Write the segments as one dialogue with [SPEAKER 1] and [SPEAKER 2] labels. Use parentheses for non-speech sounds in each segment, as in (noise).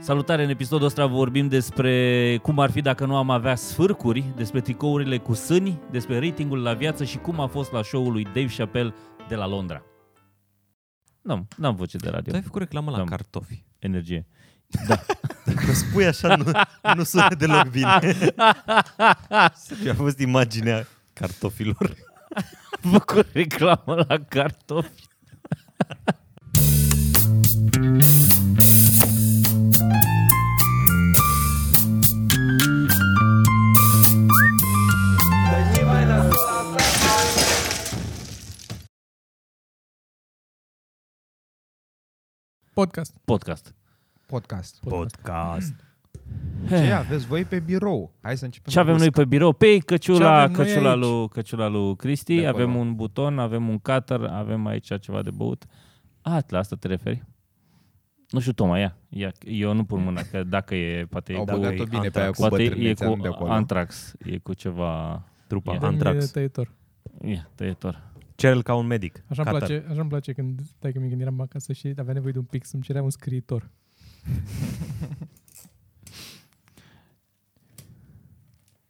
[SPEAKER 1] Salutare, în episodul ăsta vorbim despre cum ar fi dacă nu am avea sfârcuri, despre tricourile cu sâni, despre ratingul la viață și cum a fost la show-ul lui Dave Chappelle de la Londra. N-am, n-am voce de radio.
[SPEAKER 2] Tu ai făcut reclamă la
[SPEAKER 1] Da.
[SPEAKER 2] cartofi.
[SPEAKER 1] Energie. Da.
[SPEAKER 3] Dacă spui așa, nu, nu sună deloc
[SPEAKER 2] (laughs)
[SPEAKER 3] bine. Și a fost imaginea
[SPEAKER 2] (laughs)
[SPEAKER 3] cartofilor.
[SPEAKER 1] Am făcut reclamă la cartofi.
[SPEAKER 4] Podcast.
[SPEAKER 1] Podcast.
[SPEAKER 5] podcast.
[SPEAKER 3] Podcast.
[SPEAKER 2] Eh.
[SPEAKER 5] Ce aveți voi pe birou? Hai să începem.
[SPEAKER 1] Ce
[SPEAKER 5] cu
[SPEAKER 1] avem noi pe birou? Pe
[SPEAKER 4] Ce
[SPEAKER 1] căciula,
[SPEAKER 4] avem noi
[SPEAKER 1] căciula,
[SPEAKER 4] aici?
[SPEAKER 1] lui, căciula lui Cristi,
[SPEAKER 5] De acolo.
[SPEAKER 1] avem un buton, avem un cutter, avem aici ceva de băut. A, la asta te referi? Nu știu, Toma, ia. ia. Eu nu pun mâna, că dacă e, poate,
[SPEAKER 5] Au
[SPEAKER 1] e,
[SPEAKER 5] băgat-o
[SPEAKER 3] e
[SPEAKER 5] bine pe aia
[SPEAKER 3] Antrax.
[SPEAKER 5] cu
[SPEAKER 1] poate e
[SPEAKER 5] bătrânețeanul
[SPEAKER 1] cu
[SPEAKER 5] de acolo.
[SPEAKER 1] antrax, e cu ceva...
[SPEAKER 2] Trupa
[SPEAKER 1] Ia.
[SPEAKER 2] yeah. Antrax.
[SPEAKER 4] tăietor.
[SPEAKER 1] Ia, tăietor.
[SPEAKER 2] Cel ca un medic.
[SPEAKER 4] Așa îmi
[SPEAKER 2] Catar.
[SPEAKER 4] place, așa îmi place când, stai că mi eram acasă și avea nevoie de un pix, îmi cerea un
[SPEAKER 2] (laughs)
[SPEAKER 4] scriitor.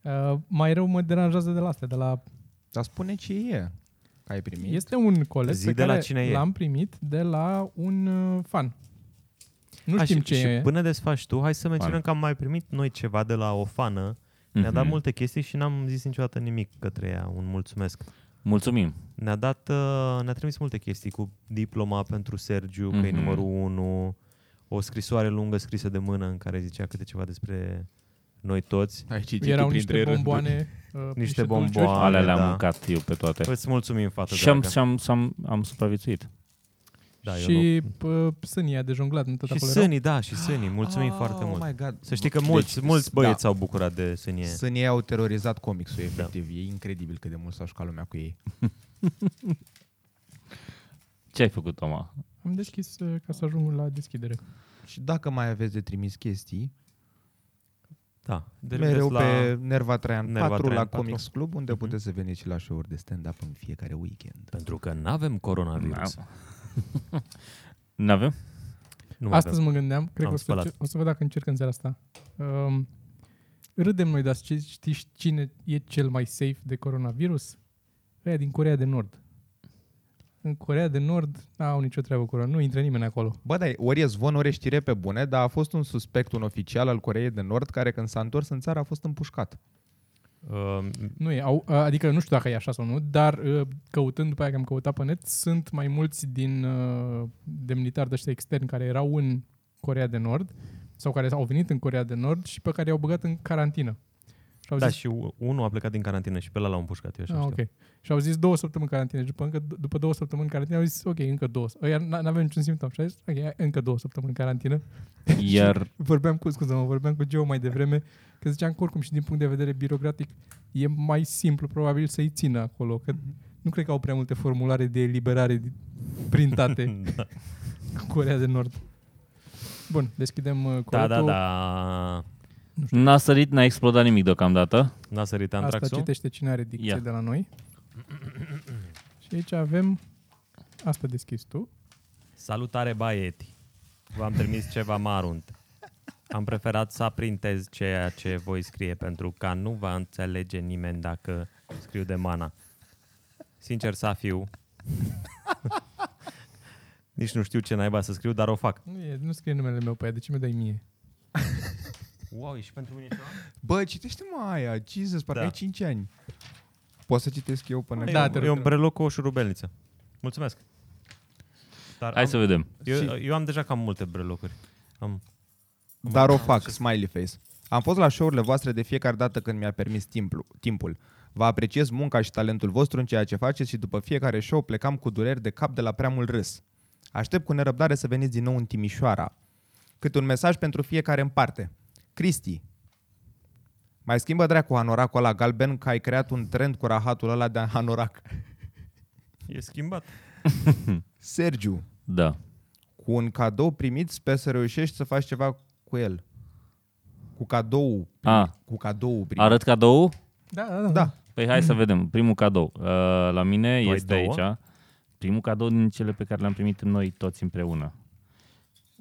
[SPEAKER 4] Uh, mai rău mă deranjează de la astea, de la...
[SPEAKER 5] Dar spune ce e. Că ai primit.
[SPEAKER 4] Este un colet
[SPEAKER 2] Zi
[SPEAKER 4] pe
[SPEAKER 2] de la
[SPEAKER 4] care
[SPEAKER 2] cine e.
[SPEAKER 4] l-am primit de la un uh, fan. Nu
[SPEAKER 2] A,
[SPEAKER 4] știm
[SPEAKER 2] și,
[SPEAKER 4] ce
[SPEAKER 2] și
[SPEAKER 4] e.
[SPEAKER 2] până desfaci tu, hai să menționăm că am mai primit noi ceva de la o fană. Ne-a dat
[SPEAKER 1] Mhm.
[SPEAKER 2] multe chestii și n-am zis niciodată nimic către ea. Un mulțumesc.
[SPEAKER 1] Mulțumim.
[SPEAKER 2] Ne-a dat, uh, ne-a trimis multe chestii cu diploma pentru Sergiu, mm-hmm. că e
[SPEAKER 1] Mhm.
[SPEAKER 2] numărul 1, o scrisoare lungă scrisă de mână în care zicea câte ceva despre noi toți.
[SPEAKER 5] Ai citit
[SPEAKER 4] Erau
[SPEAKER 5] tu
[SPEAKER 4] niște
[SPEAKER 5] printre rânduri.
[SPEAKER 4] bomboane, uh,
[SPEAKER 2] (laughs)
[SPEAKER 4] niște dulciuri.
[SPEAKER 2] bomboane.
[SPEAKER 1] Alea le-am
[SPEAKER 2] da. Păi,
[SPEAKER 1] mâncat eu pe toate.
[SPEAKER 2] Îți mulțumim, fată
[SPEAKER 1] Și am,
[SPEAKER 2] dragă.
[SPEAKER 1] și am, și am, am supraviețuit.
[SPEAKER 2] Da, eu nu.
[SPEAKER 4] și uh, sânia de jonglat, nu tot
[SPEAKER 2] Și
[SPEAKER 4] acolo erau?
[SPEAKER 2] sânii, da, și sânii. Mulțumim
[SPEAKER 5] Ah,
[SPEAKER 2] foarte mult.
[SPEAKER 5] Oh my God.
[SPEAKER 2] Să știi că mulți, deci, mulți băieți Da.
[SPEAKER 5] da.
[SPEAKER 2] s-au bucurat de sânie.
[SPEAKER 5] Sânii ei au terorizat comicsul, efectiv. E incredibil cât de mult s-a jucat lumea cu ei.
[SPEAKER 1] Ce ai făcut, Toma?
[SPEAKER 4] Am deschis uh, ca să ajung la deschidere.
[SPEAKER 5] Și dacă mai aveți de trimis chestii,
[SPEAKER 2] Da.
[SPEAKER 5] de mereu
[SPEAKER 2] la...
[SPEAKER 5] pe Nerva Traian
[SPEAKER 2] Nerva
[SPEAKER 5] 4
[SPEAKER 2] Traian Mhm.
[SPEAKER 5] la
[SPEAKER 2] 4.
[SPEAKER 5] Comics Club, unde puteți să veniți și la show-uri de stand-up în fiecare weekend.
[SPEAKER 2] Pentru că nu avem coronavirus.
[SPEAKER 1] N-am. (laughs) N-avem?
[SPEAKER 2] Nu
[SPEAKER 4] Astăzi mă gândeam, cred
[SPEAKER 2] Am
[SPEAKER 4] că o să,
[SPEAKER 2] spălat.
[SPEAKER 4] încerc- o să văd dacă încerc în seara asta. Um, râdem noi, dar știi, știi cine e cel mai safe de coronavirus? Aia din Corea de Nord. În Corea de Nord n-au nicio treabă cu nu intră nimeni acolo.
[SPEAKER 5] Bă, da, ori e zvon, ori e știre pe bune, dar a fost un suspect, un oficial al Coreei de Nord, care când s-a întors în țară a fost împușcat.
[SPEAKER 2] Uh,
[SPEAKER 4] Nu e, au, adică nu știu dacă e așa sau nu, dar uh, căutând după aia că am căutat pe net, sunt mai mulți din uh, demnitari de ăștia externi care erau în Corea de Nord sau care au venit în Corea de Nord și pe care i-au băgat în carantină. Și au
[SPEAKER 2] da,
[SPEAKER 4] zis,
[SPEAKER 2] și u- unul a plecat din carantină și pe ăla l-au împușcat. Eu așa
[SPEAKER 4] Ah,
[SPEAKER 2] știu.
[SPEAKER 4] ok. Și au zis două săptămâni carantină. Și După, încă, după două săptămâni carantină au zis, ok, încă două. Ăia nu avem niciun simptom. Și a zis, ok, hai, încă două săptămâni carantină.
[SPEAKER 1] Iar
[SPEAKER 4] Vorbeam cu, scuză mă, vorbeam cu Joe mai devreme, că ziceam că oricum și din punct de vedere birocratic e mai simplu probabil să-i țină acolo, că
[SPEAKER 2] Mhm.
[SPEAKER 4] nu cred că au prea multe formulare de eliberare di- printate
[SPEAKER 2] (laughs)
[SPEAKER 4] (laughs)
[SPEAKER 2] da.
[SPEAKER 4] în Corea de Nord. Bun, deschidem uh,
[SPEAKER 2] da, da,
[SPEAKER 4] coletul.
[SPEAKER 2] da.
[SPEAKER 1] n-a sărit, n-a explodat nimic deocamdată.
[SPEAKER 2] N-a sărit
[SPEAKER 4] Asta
[SPEAKER 2] antraxul?
[SPEAKER 4] citește cine are dicție
[SPEAKER 1] Ia.
[SPEAKER 4] de la
[SPEAKER 2] (clears throat)
[SPEAKER 4] noi. Și aici avem asta deschis tu.
[SPEAKER 2] Salutare, baieti. V-am trimis ceva marunt. Am preferat să printez ceea ce voi scrie pentru că nu va înțelege nimeni dacă scriu de mana. Sincer să fiu. (laughs) Nici nu știu ce naiba să scriu, dar o fac.
[SPEAKER 4] Nu, e, nu scrie numele meu pe ea, de ce mi dai mie?
[SPEAKER 2] Wow, e și pentru mine ceva?
[SPEAKER 5] Bă, citește mă aia, Jesus, parcă
[SPEAKER 2] Da.
[SPEAKER 5] ai 5 ani. Poți să citesc eu până
[SPEAKER 4] Da,
[SPEAKER 2] Da,
[SPEAKER 4] te
[SPEAKER 2] e,
[SPEAKER 4] rog,
[SPEAKER 2] un
[SPEAKER 4] te rog.
[SPEAKER 2] breloc cu o șurubelniță. Mulțumesc. Dar
[SPEAKER 1] Hai
[SPEAKER 2] am,
[SPEAKER 1] să vedem.
[SPEAKER 2] eu, eu am deja cam multe brelocuri. Am,
[SPEAKER 5] Dar o fac, smiley face. Am fost la show-urile voastre de fiecare dată când mi-a permis timpul. timpul. Vă apreciez munca și talentul vostru în ceea ce faceți și după fiecare show plecam cu dureri de cap de la prea mult râs. Aștept cu nerăbdare să veniți din nou în Timișoara. Cât un mesaj pentru fiecare în parte. Cristi, mai schimbă dracu hanoracul ăla galben că ai creat un trend cu rahatul ăla de hanorac.
[SPEAKER 2] e schimbat.
[SPEAKER 5] (laughs) Sergiu,
[SPEAKER 1] Da.
[SPEAKER 5] cu un cadou primit sper să reușești să faci ceva cu el. Cu cadou,
[SPEAKER 1] A,
[SPEAKER 5] cu cadou primit.
[SPEAKER 1] arăt cadou?
[SPEAKER 4] Da, da, da.
[SPEAKER 5] Da.
[SPEAKER 1] Păi hai să vedem. Primul cadou uh, la mine
[SPEAKER 2] Tu ai
[SPEAKER 1] este
[SPEAKER 2] două?
[SPEAKER 1] aici. Primul cadou din cele pe care le-am primit noi toți împreună.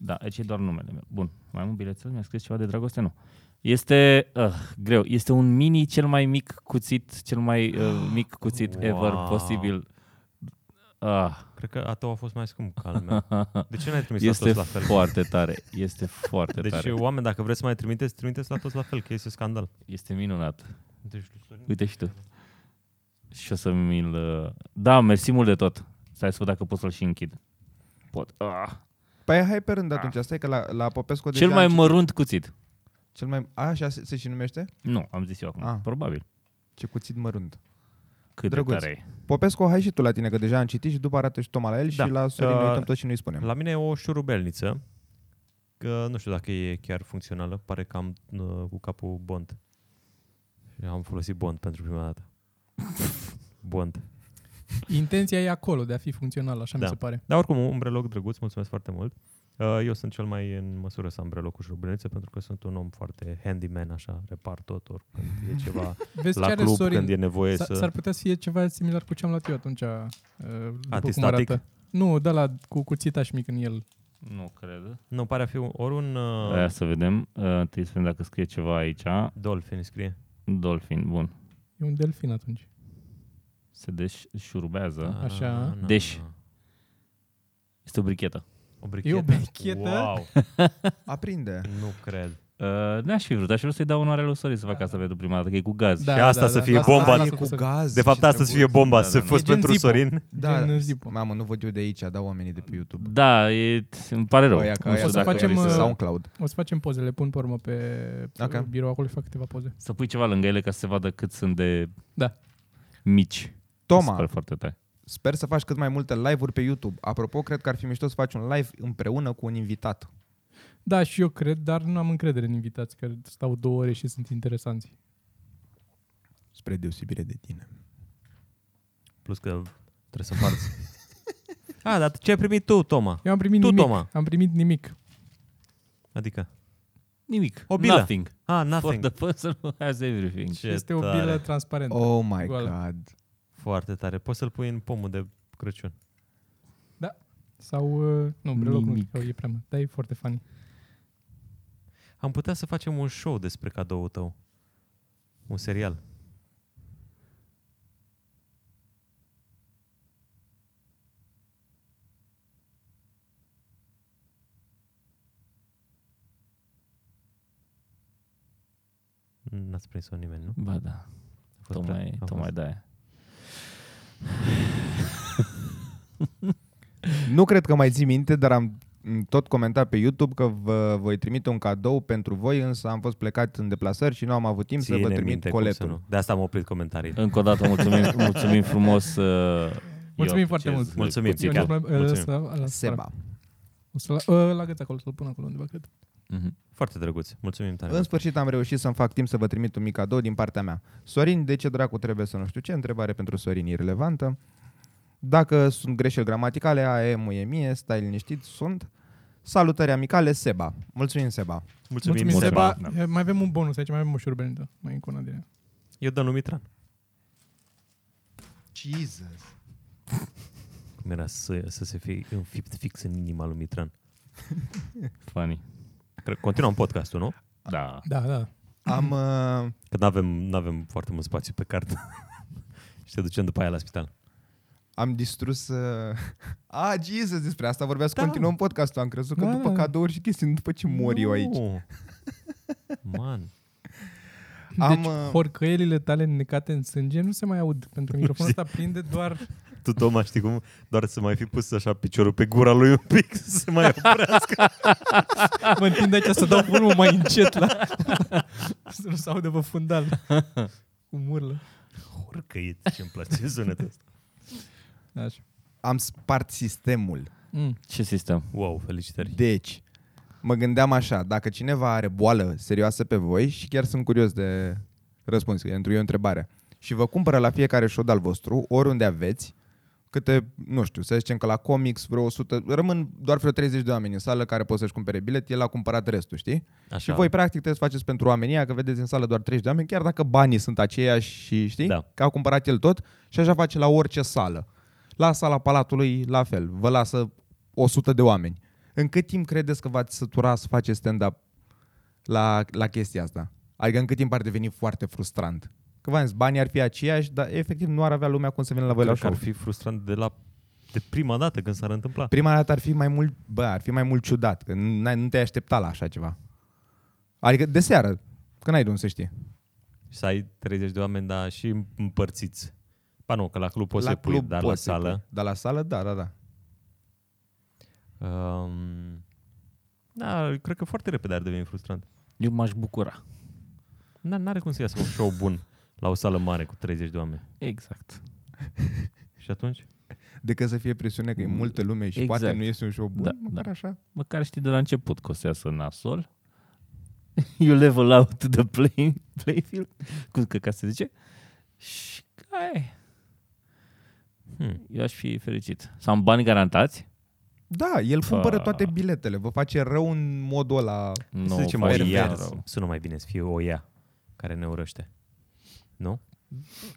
[SPEAKER 1] Da, aici e doar numele meu. Bun, mai am un bilețel, mi-a scris ceva de dragoste, nu. Este uh, greu. Este un mini cel mai mic cuțit, cel mai uh, mic
[SPEAKER 2] (gasps)
[SPEAKER 1] cuțit wow. ever
[SPEAKER 2] Wow.
[SPEAKER 1] posibil. Ah,
[SPEAKER 2] Cred că a tua a fost mai scump ca al meu. De ce n-ai trimis
[SPEAKER 1] este
[SPEAKER 2] la toți la fel?
[SPEAKER 1] foarte tare.
[SPEAKER 2] (laughs)
[SPEAKER 1] Este foarte
[SPEAKER 2] Deci,
[SPEAKER 1] tare.
[SPEAKER 2] oameni, dacă vreți să mai trimiteți, trimiteți la toți la fel, că este scandal.
[SPEAKER 1] Este minunat.
[SPEAKER 2] Deci,
[SPEAKER 1] Uite și tu. Și o să mi-l... uh, Da, mersi mult de tot. Stai să văd dacă pot să-l și închid. Pot. Ah.
[SPEAKER 5] Păi hai pe
[SPEAKER 4] Da.
[SPEAKER 5] rând atunci, stai că la, la Popescu
[SPEAKER 1] Cel
[SPEAKER 5] deja
[SPEAKER 1] mai
[SPEAKER 5] Deci am citit-
[SPEAKER 1] mărunt cuțit.
[SPEAKER 5] Cel mai... A, așa se, se și numește?
[SPEAKER 1] Nu, am zis eu acum.
[SPEAKER 5] Ah.
[SPEAKER 1] Probabil.
[SPEAKER 5] Ce cuțit mărunt.
[SPEAKER 1] Cât
[SPEAKER 5] Drăguț.
[SPEAKER 1] de tare e.
[SPEAKER 5] Popescu, hai și tu la tine, că deja am citit și după arată și Toma la el
[SPEAKER 2] Da.
[SPEAKER 5] da. și la Sorin ne
[SPEAKER 2] Uh,
[SPEAKER 5] uităm tot și nu-i spunem.
[SPEAKER 2] La mine e o șurubelniță, că nu știu dacă e chiar funcțională, pare că am uh, cu capul bond. Și am folosit bond pentru prima dată. (laughs) bond.
[SPEAKER 4] Intenția e acolo de a fi funcțional, așa
[SPEAKER 2] Da.
[SPEAKER 4] mi se pare.
[SPEAKER 2] Dar oricum, un breloc drăguț, mulțumesc foarte mult. Uh, Eu sunt cel mai în măsură să am breloc cu șurubelniță pentru că sunt un om foarte handyman, așa, repar tot oricând e ceva
[SPEAKER 4] (laughs) Vezi ce
[SPEAKER 2] la
[SPEAKER 4] are
[SPEAKER 2] club,
[SPEAKER 4] Sorin.
[SPEAKER 2] când e nevoie
[SPEAKER 4] S-
[SPEAKER 2] să...
[SPEAKER 4] S-ar putea să fie ceva similar cu ce am luat eu atunci. uh, După cum
[SPEAKER 2] Antistatic?
[SPEAKER 4] arată. Nu, da la cu cuțitaș mic în el.
[SPEAKER 1] Nu cred.
[SPEAKER 2] Nu, pare a fi un, ori un uh,
[SPEAKER 1] Aia să vedem. Uh, Trebuie să vedem dacă scrie ceva aici.
[SPEAKER 2] dolphin, scrie.
[SPEAKER 1] Dolphin, bun.
[SPEAKER 4] E un delfin atunci.
[SPEAKER 1] Se deșurubează.
[SPEAKER 4] Așa.
[SPEAKER 2] Ah, na,
[SPEAKER 1] Deci.
[SPEAKER 2] na.
[SPEAKER 1] Este o brichetă.
[SPEAKER 2] O brichetă?
[SPEAKER 4] E o brichetă?
[SPEAKER 2] Wow,
[SPEAKER 5] Aprinde.
[SPEAKER 2] nu cred.
[SPEAKER 1] Uh, n-aș fi vrut, aș vrea să-i dau onoarea lui Sorin să facă asta pentru prima dată, că e cu gaz.
[SPEAKER 2] Da. Și asta să fie
[SPEAKER 4] lasă-
[SPEAKER 2] bomba.
[SPEAKER 4] lasă
[SPEAKER 5] cu
[SPEAKER 4] să-
[SPEAKER 5] gaz.
[SPEAKER 2] De fapt,
[SPEAKER 5] ce
[SPEAKER 2] asta Deci să fie
[SPEAKER 5] drăguț.
[SPEAKER 2] bomba,
[SPEAKER 1] Da,
[SPEAKER 2] să
[SPEAKER 1] da,
[SPEAKER 2] fost
[SPEAKER 4] E gen
[SPEAKER 2] pentru
[SPEAKER 4] Zippo.
[SPEAKER 2] Sorin.
[SPEAKER 5] Da,
[SPEAKER 4] Gen Zippo.
[SPEAKER 5] mamă, nu văd eu de aici, da oamenii de pe YouTube.
[SPEAKER 1] Da, e, îmi pare rău.
[SPEAKER 5] Aia,
[SPEAKER 1] Nu
[SPEAKER 5] ca
[SPEAKER 1] știu
[SPEAKER 5] aia,
[SPEAKER 4] să
[SPEAKER 1] dacă
[SPEAKER 4] facem,
[SPEAKER 1] vrei
[SPEAKER 5] facem
[SPEAKER 4] uh,
[SPEAKER 5] SoundCloud.
[SPEAKER 4] O să facem poze, le pun pe urmă pe, pe
[SPEAKER 5] Ok.
[SPEAKER 4] birou acolo și fac câteva poze.
[SPEAKER 1] Să pui ceva lângă ele ca să se vadă cât sunt de
[SPEAKER 4] Da.
[SPEAKER 1] mici. Mi se pare
[SPEAKER 5] Toma,
[SPEAKER 1] foarte tare.
[SPEAKER 5] sper să faci cât mai multe live-uri pe YouTube. Apropo, cred că ar fi mișto să faci un live împreună cu un invitat.
[SPEAKER 4] Da, și eu cred, dar nu am încredere în invitați, că stau două ore și sunt interesanți.
[SPEAKER 5] Spre deosebire de tine.
[SPEAKER 2] Plus că trebuie să (laughs) farți. A, Ah, dar ce ai primit tu, Toma?
[SPEAKER 4] Eu am primit
[SPEAKER 2] Tu,
[SPEAKER 4] nimic.
[SPEAKER 2] Toma.
[SPEAKER 4] Am primit nimic.
[SPEAKER 2] Adică?
[SPEAKER 1] Nimic.
[SPEAKER 2] O bilă.
[SPEAKER 1] Nothing.
[SPEAKER 2] A,
[SPEAKER 1] For
[SPEAKER 2] Ah, nothing.
[SPEAKER 1] the person who has everything.
[SPEAKER 2] Ce
[SPEAKER 4] este o bilă
[SPEAKER 2] tare.
[SPEAKER 4] transparentă.
[SPEAKER 5] Oh my
[SPEAKER 4] Goală.
[SPEAKER 5] god.
[SPEAKER 2] Foarte tare. Poți să-l pui în pomul de Crăciun.
[SPEAKER 4] Sau, uh, nu, breloc nu,
[SPEAKER 1] Nimic.
[SPEAKER 4] că e prea mult, dar e foarte funny.
[SPEAKER 2] Am putea să facem un show despre cadoul tău. Un serial. N-ați prins-o nimeni, nu?
[SPEAKER 1] Ba da,
[SPEAKER 2] A fost prea-
[SPEAKER 1] tocmai,
[SPEAKER 2] a fost-
[SPEAKER 1] tocmai de aia.
[SPEAKER 5] Nu cred că mai ții minte, dar am m, tot comentat pe YouTube că vă voi trimite un cadou pentru voi, însă am fost plecat în deplasări și nu am avut timp să
[SPEAKER 2] Ține
[SPEAKER 5] vă trimit
[SPEAKER 2] minte cum să
[SPEAKER 5] coletul.
[SPEAKER 2] nu. De asta am oprit comentariile.
[SPEAKER 1] Încă o dată (laughs) mulțumim, mulțumim frumos. uh,
[SPEAKER 4] Mulțumim
[SPEAKER 1] eu
[SPEAKER 4] foarte
[SPEAKER 1] apreciez
[SPEAKER 4] mult.
[SPEAKER 2] Mulțumim.
[SPEAKER 1] cuțitul.
[SPEAKER 2] Chiar.
[SPEAKER 4] Eu nici nu mai-
[SPEAKER 2] Mulțumim.
[SPEAKER 4] ăsta- ăla-
[SPEAKER 5] Seba.
[SPEAKER 2] Da.
[SPEAKER 4] O să la, ă, la găți acolo, să-l pun acolo undeva, cred.
[SPEAKER 1] Mhm.
[SPEAKER 2] Foarte drăguț. Mulțumim tare.
[SPEAKER 5] În
[SPEAKER 2] mult.
[SPEAKER 5] sfârșit am reușit să-mi fac timp să vă trimit un mic cadou din partea mea. Sorin, de ce dracu trebuie să nu știu ce? Întrebare pentru Sorin irelevantă. Dacă sunt greșeli gramaticale, ae, muie mie, stai liniștit, sunt. Salutări amicale, Seba. Mulțumim, Seba.
[SPEAKER 2] Mulțumim,
[SPEAKER 1] Mulțumim,
[SPEAKER 2] Seba.
[SPEAKER 1] Seba. Da.
[SPEAKER 4] Eh, Mai avem un bonus aici, mai avem o șurbenită. Mai încă una din ea.
[SPEAKER 2] Eu dau Mitran.
[SPEAKER 5] Jesus.
[SPEAKER 2] Cum era să, să se fie înfipt fix în inima lui Mitran.
[SPEAKER 1] Funny.
[SPEAKER 2] Cred, continuăm podcastul, nu?
[SPEAKER 1] Da.
[SPEAKER 4] Da, da.
[SPEAKER 5] Am, uh,
[SPEAKER 2] Că nu avem n-avem foarte mult spațiu pe carte. (laughs) și te ducem după aia la spital.
[SPEAKER 5] am distrus... Uh... (laughs) Ah, Jesus, despre asta vorbeați. Da. Continuăm podcastul. Am crezut că
[SPEAKER 4] Da,
[SPEAKER 5] după
[SPEAKER 4] da.
[SPEAKER 5] cadouri și chestii, nu după ce mor eu aici.
[SPEAKER 2] Nu. Man.
[SPEAKER 5] Am,
[SPEAKER 4] Deci,
[SPEAKER 5] uh,
[SPEAKER 4] horcăielile tale necate în sânge nu se mai aud, pentru că microfonul ăsta prinde doar...
[SPEAKER 2] Tu, Toma, știi cum? Doar să mai fi pus așa piciorul pe gura lui un pic (laughs) să se mai oprească.
[SPEAKER 4] Mă întind aici să dau pulmul mai încet la... (laughs) să nu se audă pe fundal. Cu murlă.
[SPEAKER 2] Urcăit ce-mi place sunetul ăsta.
[SPEAKER 4] Așa.
[SPEAKER 5] am spart sistemul.
[SPEAKER 4] Mm.
[SPEAKER 1] Ce sistem?
[SPEAKER 2] Wow, felicitări.
[SPEAKER 5] Deci, mă gândeam așa, dacă cineva are boală serioasă pe voi și chiar sunt curios de răspuns, pentru eu întrebare, și vă cumpără la fiecare show al vostru, oriunde aveți, câte, nu știu, să zicem că la comics vreo 100, rămân doar vreo 30 de oameni în sală care pot să-și cumpere bilet, el a cumpărat restul, știi?
[SPEAKER 2] Așa.
[SPEAKER 5] Și voi practic trebuie să faceți pentru oamenii aia, că vedeți în sală doar 30 de oameni, chiar dacă banii sunt aceiași și știi,
[SPEAKER 2] Da.
[SPEAKER 5] că a cumpărat el tot și așa face la orice sală. La sala Palatului, la fel, vă lasă 100 de oameni. În cât timp credeți că v-ați sătura să faceți stand-up la, la chestia asta? Adică în cât timp ar deveni foarte frustrant? Că v-am zis, banii ar fi aceiași, dar efectiv nu ar avea lumea cum să vină la voi la
[SPEAKER 2] Cred că
[SPEAKER 5] show.
[SPEAKER 2] ar fi frustrant de la de prima dată când s-ar întâmpla.
[SPEAKER 5] Prima dată ar fi mai mult, bă, ar fi mai mult ciudat, că nu n-ai- nu te-ai aștepta la așa ceva. Adică de seară, că n-ai de unde să știi.
[SPEAKER 2] Și să ai 30 de oameni, dar și împărțiți. Ba nu, că la club poți
[SPEAKER 5] la
[SPEAKER 2] să pui,
[SPEAKER 5] club
[SPEAKER 2] dar la
[SPEAKER 5] poți să
[SPEAKER 2] sală.
[SPEAKER 5] pui. Dar la sală, da, da, da.
[SPEAKER 2] Um, da, cred că foarte repede ar deveni frustrant.
[SPEAKER 1] Eu m-aș bucura.
[SPEAKER 2] N- N-are cum să iasă un show bun la o sală mare cu 30 de oameni.
[SPEAKER 1] Exact.
[SPEAKER 2] Și atunci?
[SPEAKER 5] Decât să fie presiune că e multă lume și
[SPEAKER 1] Exact.
[SPEAKER 5] exact. poate nu este un show bun,
[SPEAKER 1] Da,
[SPEAKER 5] da, măcar
[SPEAKER 1] da.
[SPEAKER 5] da. așa.
[SPEAKER 1] Măcar știi de la început că o să iasă nasol. (laughs) You level out the play, playfield. Cum că ca se zice? Și ai,
[SPEAKER 2] Hmm.
[SPEAKER 1] eu aș fi fericit. Să am bani garantați.
[SPEAKER 5] Da, el cumpără
[SPEAKER 1] Fa.
[SPEAKER 5] toate biletele, vă face rău în modul ăla.
[SPEAKER 1] Nu,
[SPEAKER 2] să zicem o
[SPEAKER 1] faci
[SPEAKER 2] ia.
[SPEAKER 1] nimic rău.
[SPEAKER 2] Sună mai bine să fie o ia care ne urăște. Nu?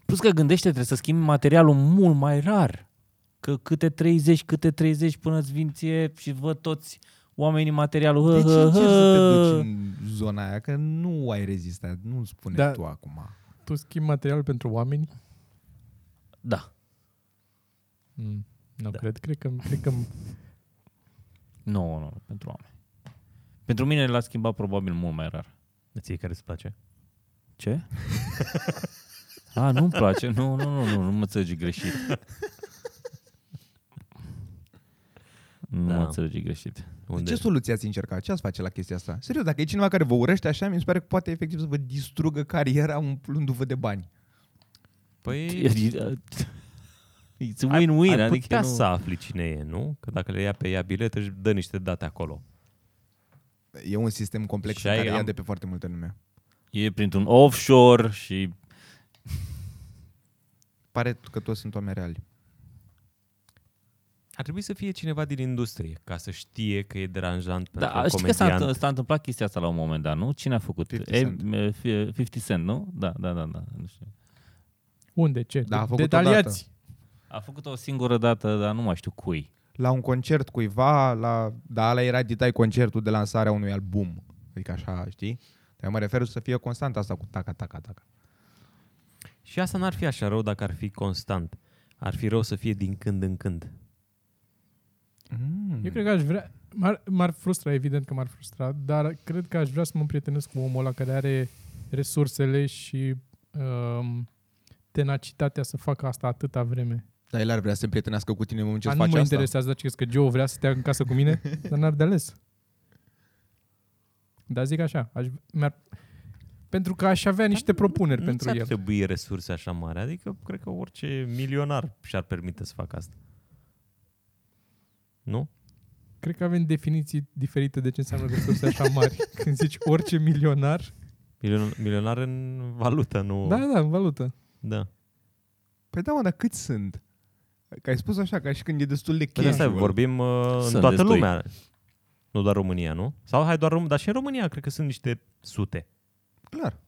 [SPEAKER 1] Plus că gândește, trebuie să schimbi materialul mult mai rar. Că câte 30, câte 30 până îți vin ție și văd toți oamenii materialul.
[SPEAKER 5] De ce
[SPEAKER 1] Hă, hă,
[SPEAKER 5] încerci să te
[SPEAKER 1] hă.
[SPEAKER 5] duci în zona aia? Că nu ai rezistat, nu spune
[SPEAKER 4] Da.
[SPEAKER 5] da. tu acum.
[SPEAKER 4] Tu schimbi material pentru oameni?
[SPEAKER 1] Da.
[SPEAKER 4] Mm, nu
[SPEAKER 2] Da.
[SPEAKER 4] da. cred, cred că, cred că
[SPEAKER 1] Nu, nu, pentru oameni. Pentru mine l-a schimbat probabil mult mai rar.
[SPEAKER 2] Ție care îți place?
[SPEAKER 1] Ce? (laughs) A, nu-mi place. Nu, nu, nu, nu, nu mă înțelege greșit. Nu
[SPEAKER 2] Da.
[SPEAKER 1] mă înțelege greșit.
[SPEAKER 2] Unde?
[SPEAKER 5] Ce soluție ați încercat? Ce ați face la chestia asta? Serios, dacă e cineva care vă urăște așa, mi se pare că poate efectiv să vă distrugă cariera umplându-vă de bani.
[SPEAKER 2] păi,
[SPEAKER 1] It's a win-win.
[SPEAKER 2] ar
[SPEAKER 1] adică
[SPEAKER 2] putea
[SPEAKER 1] nu...
[SPEAKER 2] să afli cine e, nu? Că dacă le ia pe ea bilet, își dă niște date acolo.
[SPEAKER 5] E un sistem complex
[SPEAKER 2] Și
[SPEAKER 5] care
[SPEAKER 2] ai-
[SPEAKER 5] ia
[SPEAKER 2] am-
[SPEAKER 5] de pe foarte multe nume.
[SPEAKER 1] E printr-un offshore și...
[SPEAKER 5] Pare că toți sunt oameni reali.
[SPEAKER 2] Ar trebui să fie cineva din industrie, ca să știe că e deranjant pentru
[SPEAKER 1] Da,
[SPEAKER 2] un
[SPEAKER 1] știi că s-a,
[SPEAKER 2] comediant.
[SPEAKER 1] întâ- s-a întâmplat chestia asta la un moment dat, nu? Cine a făcut?
[SPEAKER 5] 50 Cent.
[SPEAKER 1] E, e, fi- 50 Cent, nu? Da, da, da. da. Nu știu.
[SPEAKER 4] unde, ce?
[SPEAKER 5] Da, a făcut
[SPEAKER 4] Detaliați!
[SPEAKER 1] A făcut o singură dată, dar nu mai știu cui.
[SPEAKER 5] La un concert cuiva, la... dar ala era ditai concertul de lansarea unui album. Adică așa, știi? Dar mă refer să fie constant asta cu taca, taca, taca.
[SPEAKER 2] Și asta n-ar fi așa rău dacă ar fi constant. Ar fi rău să fie din când în când.
[SPEAKER 5] Mm.
[SPEAKER 4] Eu cred că aș vrea... M-ar, m-ar frustra, evident că m-ar frustra, dar cred că aș vrea să mă împrietenesc cu omul ăla care are resursele și um, tenacitatea să facă asta atâta vreme.
[SPEAKER 5] Dar el ar vrea să se prietenească cu tine în momentul
[SPEAKER 4] A,
[SPEAKER 5] ce
[SPEAKER 4] nu mă
[SPEAKER 5] faci asta.
[SPEAKER 4] interesează, dar crezi că Joe vrea să te ia în casă cu
[SPEAKER 5] (laughs)
[SPEAKER 4] mine, dar n-ar de ales. Dar zic așa, aș, mi-ar, pentru că aș
[SPEAKER 1] Da.
[SPEAKER 4] avea niște propuneri
[SPEAKER 1] Mm,
[SPEAKER 2] Da, nu
[SPEAKER 4] pentru
[SPEAKER 2] ți-ar
[SPEAKER 4] el.
[SPEAKER 2] trebui resurse așa mari. Adică, cred că orice milionar și-ar permite să facă asta. Nu?
[SPEAKER 4] Cred că avem definiții diferite de ce înseamnă resurse așa
[SPEAKER 5] (laughs)
[SPEAKER 4] mari. Când zici orice milionar,
[SPEAKER 2] Milion- milionar în valută, nu...
[SPEAKER 4] da, da, în valută.
[SPEAKER 2] da.
[SPEAKER 5] Păi da, mă, dar câți sunt? Că ai spus așa, ca și când e destul de
[SPEAKER 2] Păi de
[SPEAKER 5] casual.
[SPEAKER 2] asta vorbim uh, în
[SPEAKER 1] Sunt
[SPEAKER 2] toată
[SPEAKER 1] destui.
[SPEAKER 2] lumea. Nu doar România, nu? Sau hai doar România, dar și în România cred că sunt niște sute.
[SPEAKER 5] Clar.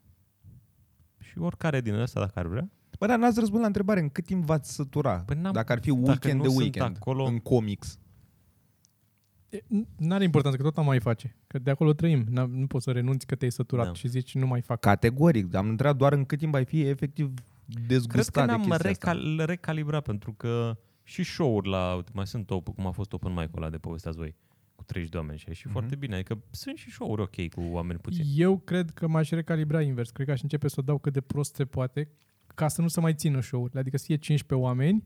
[SPEAKER 2] Și oricare din ăsta, dacă ar vrea.
[SPEAKER 5] Bă, dar n-ați răspuns la întrebare în cât timp v-ați sătura?
[SPEAKER 2] Păi n-am-
[SPEAKER 5] dacă ar fi
[SPEAKER 2] dacă
[SPEAKER 5] weekend
[SPEAKER 2] nu
[SPEAKER 5] de
[SPEAKER 2] sunt
[SPEAKER 5] weekend
[SPEAKER 2] acolo-
[SPEAKER 5] în comics.
[SPEAKER 4] E, n- N-are importanță, că tot am mai face. Că de acolo trăim. N-am- nu poți să renunți că te-ai săturat
[SPEAKER 2] Da.
[SPEAKER 4] și zici nu mai fac.
[SPEAKER 5] Categoric, dar am întrebat doar în cât timp ai fi efectiv
[SPEAKER 2] Cred că
[SPEAKER 5] dezgustat
[SPEAKER 2] ne-am
[SPEAKER 5] de chestia asta.
[SPEAKER 2] recal- recalibrat pentru că și show-uri la... uite, Mai sunt top, cum a fost open mic ăla de povesteați voi cu 30 de oameni și a
[SPEAKER 4] Mhm.
[SPEAKER 2] ieșit mm-hmm. foarte bine. Adică sunt și show-uri ok cu oameni puțini.
[SPEAKER 4] Eu cred că m-aș recalibra invers. Cred că aș începe să o dau cât de prost se poate ca să nu se mai țină show-urile. Adică să fie 15 oameni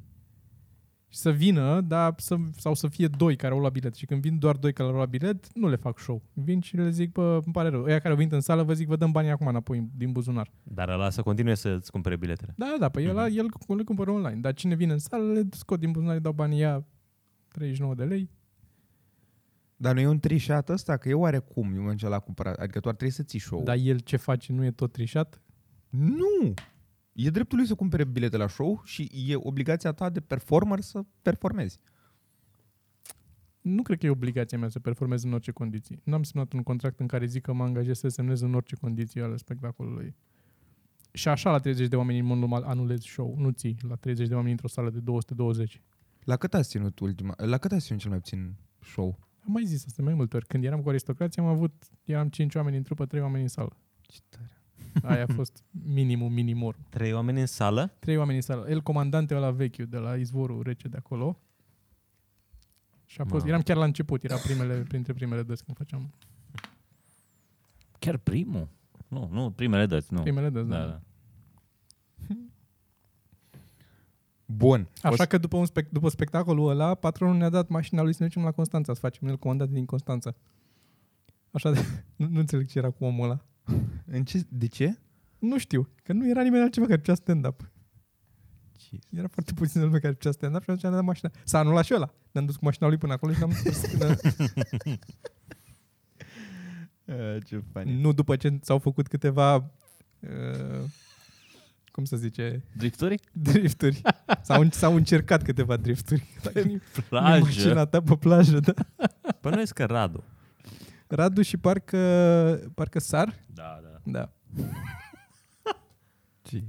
[SPEAKER 4] și să vină, dar să, sau să fie doi care au luat bilet. Și când vin doar doi care au luat bilet, nu le fac show. Vin și le zic, bă, îmi pare rău. Ăia care au venit în sală, vă zic, vă dăm banii acum înapoi din buzunar.
[SPEAKER 2] Dar ăla să continue să-ți cumpere biletele.
[SPEAKER 4] Da, da, da, pe el, mm-hmm. el le cumpără online. Dar cine vine în sală, le scot din buzunar, îi dau banii ea 39 de lei.
[SPEAKER 5] Dar nu e un trișat ăsta? Că e oarecum, eu mă la cumpărat. Adică tu ar trebui să ții
[SPEAKER 2] Da,
[SPEAKER 5] show
[SPEAKER 4] Dar el ce face nu e tot trișat?
[SPEAKER 5] Nu! E dreptul lui să cumpere bilete la show și e obligația ta de performer să performezi.
[SPEAKER 4] Nu cred că e obligația mea să performez în orice condiții. Nu am semnat un contract în care zic că mă angajez să semnez în orice condiții ale spectacolului. Și așa la 30 de oameni în mod normal anulez show, nu ții la 30 de oameni într-o sală de 220.
[SPEAKER 5] La cât ați ținut ultima? La cât ați ținut cel mai puțin show?
[SPEAKER 4] Am Am mai zis asta mai multe ori. Când eram cu aristocrație, am avut, eram 5 oameni în trupă, 3 oameni în sală. Aia a fost minimum, minimor.
[SPEAKER 2] Trei oameni în sală?
[SPEAKER 4] Trei oameni în sală. El comandante ăla vechiu de la izvorul rece de acolo. Și a fost,
[SPEAKER 1] Da.
[SPEAKER 2] Mamă.
[SPEAKER 4] eram chiar la început, era primele, printre primele dăți când făceam.
[SPEAKER 1] Chiar primul? Nu, nu, primele dăți, nu.
[SPEAKER 4] Primele dăți,
[SPEAKER 1] da,
[SPEAKER 4] da.
[SPEAKER 1] da.
[SPEAKER 5] Bun. O
[SPEAKER 4] Așa
[SPEAKER 5] să-
[SPEAKER 4] că după, un spec- după spectacolul ăla, patronul ne-a dat mașina lui să ne ducem la Constanța, să facem el comandant din Constanța. Așa de... (laughs) Nu, nu înțeleg ce era cu omul ăla.
[SPEAKER 5] În ce, de ce?
[SPEAKER 4] Nu știu, că nu era nimeni altceva care făcea stand-up. Era foarte puțin lume care făcea stand-up și atunci ne-a dat mașina. S-a anulat și ăla. Ne-am dus cu mașina lui până acolo și ne-am dus (laughs) până...
[SPEAKER 5] Uh, ce fain.
[SPEAKER 4] Nu după ce s-au făcut câteva... Uh, cum să zice?
[SPEAKER 1] Drifturi?
[SPEAKER 4] Drifturi. S-au, s-au încercat câteva drifturi. În
[SPEAKER 1] Plajă.
[SPEAKER 4] mașina ta pe plajă, da.
[SPEAKER 2] Păi nu că Radu.
[SPEAKER 4] Radu și parcă, parcă Sar,
[SPEAKER 1] Da, da.
[SPEAKER 4] da.
[SPEAKER 2] Ce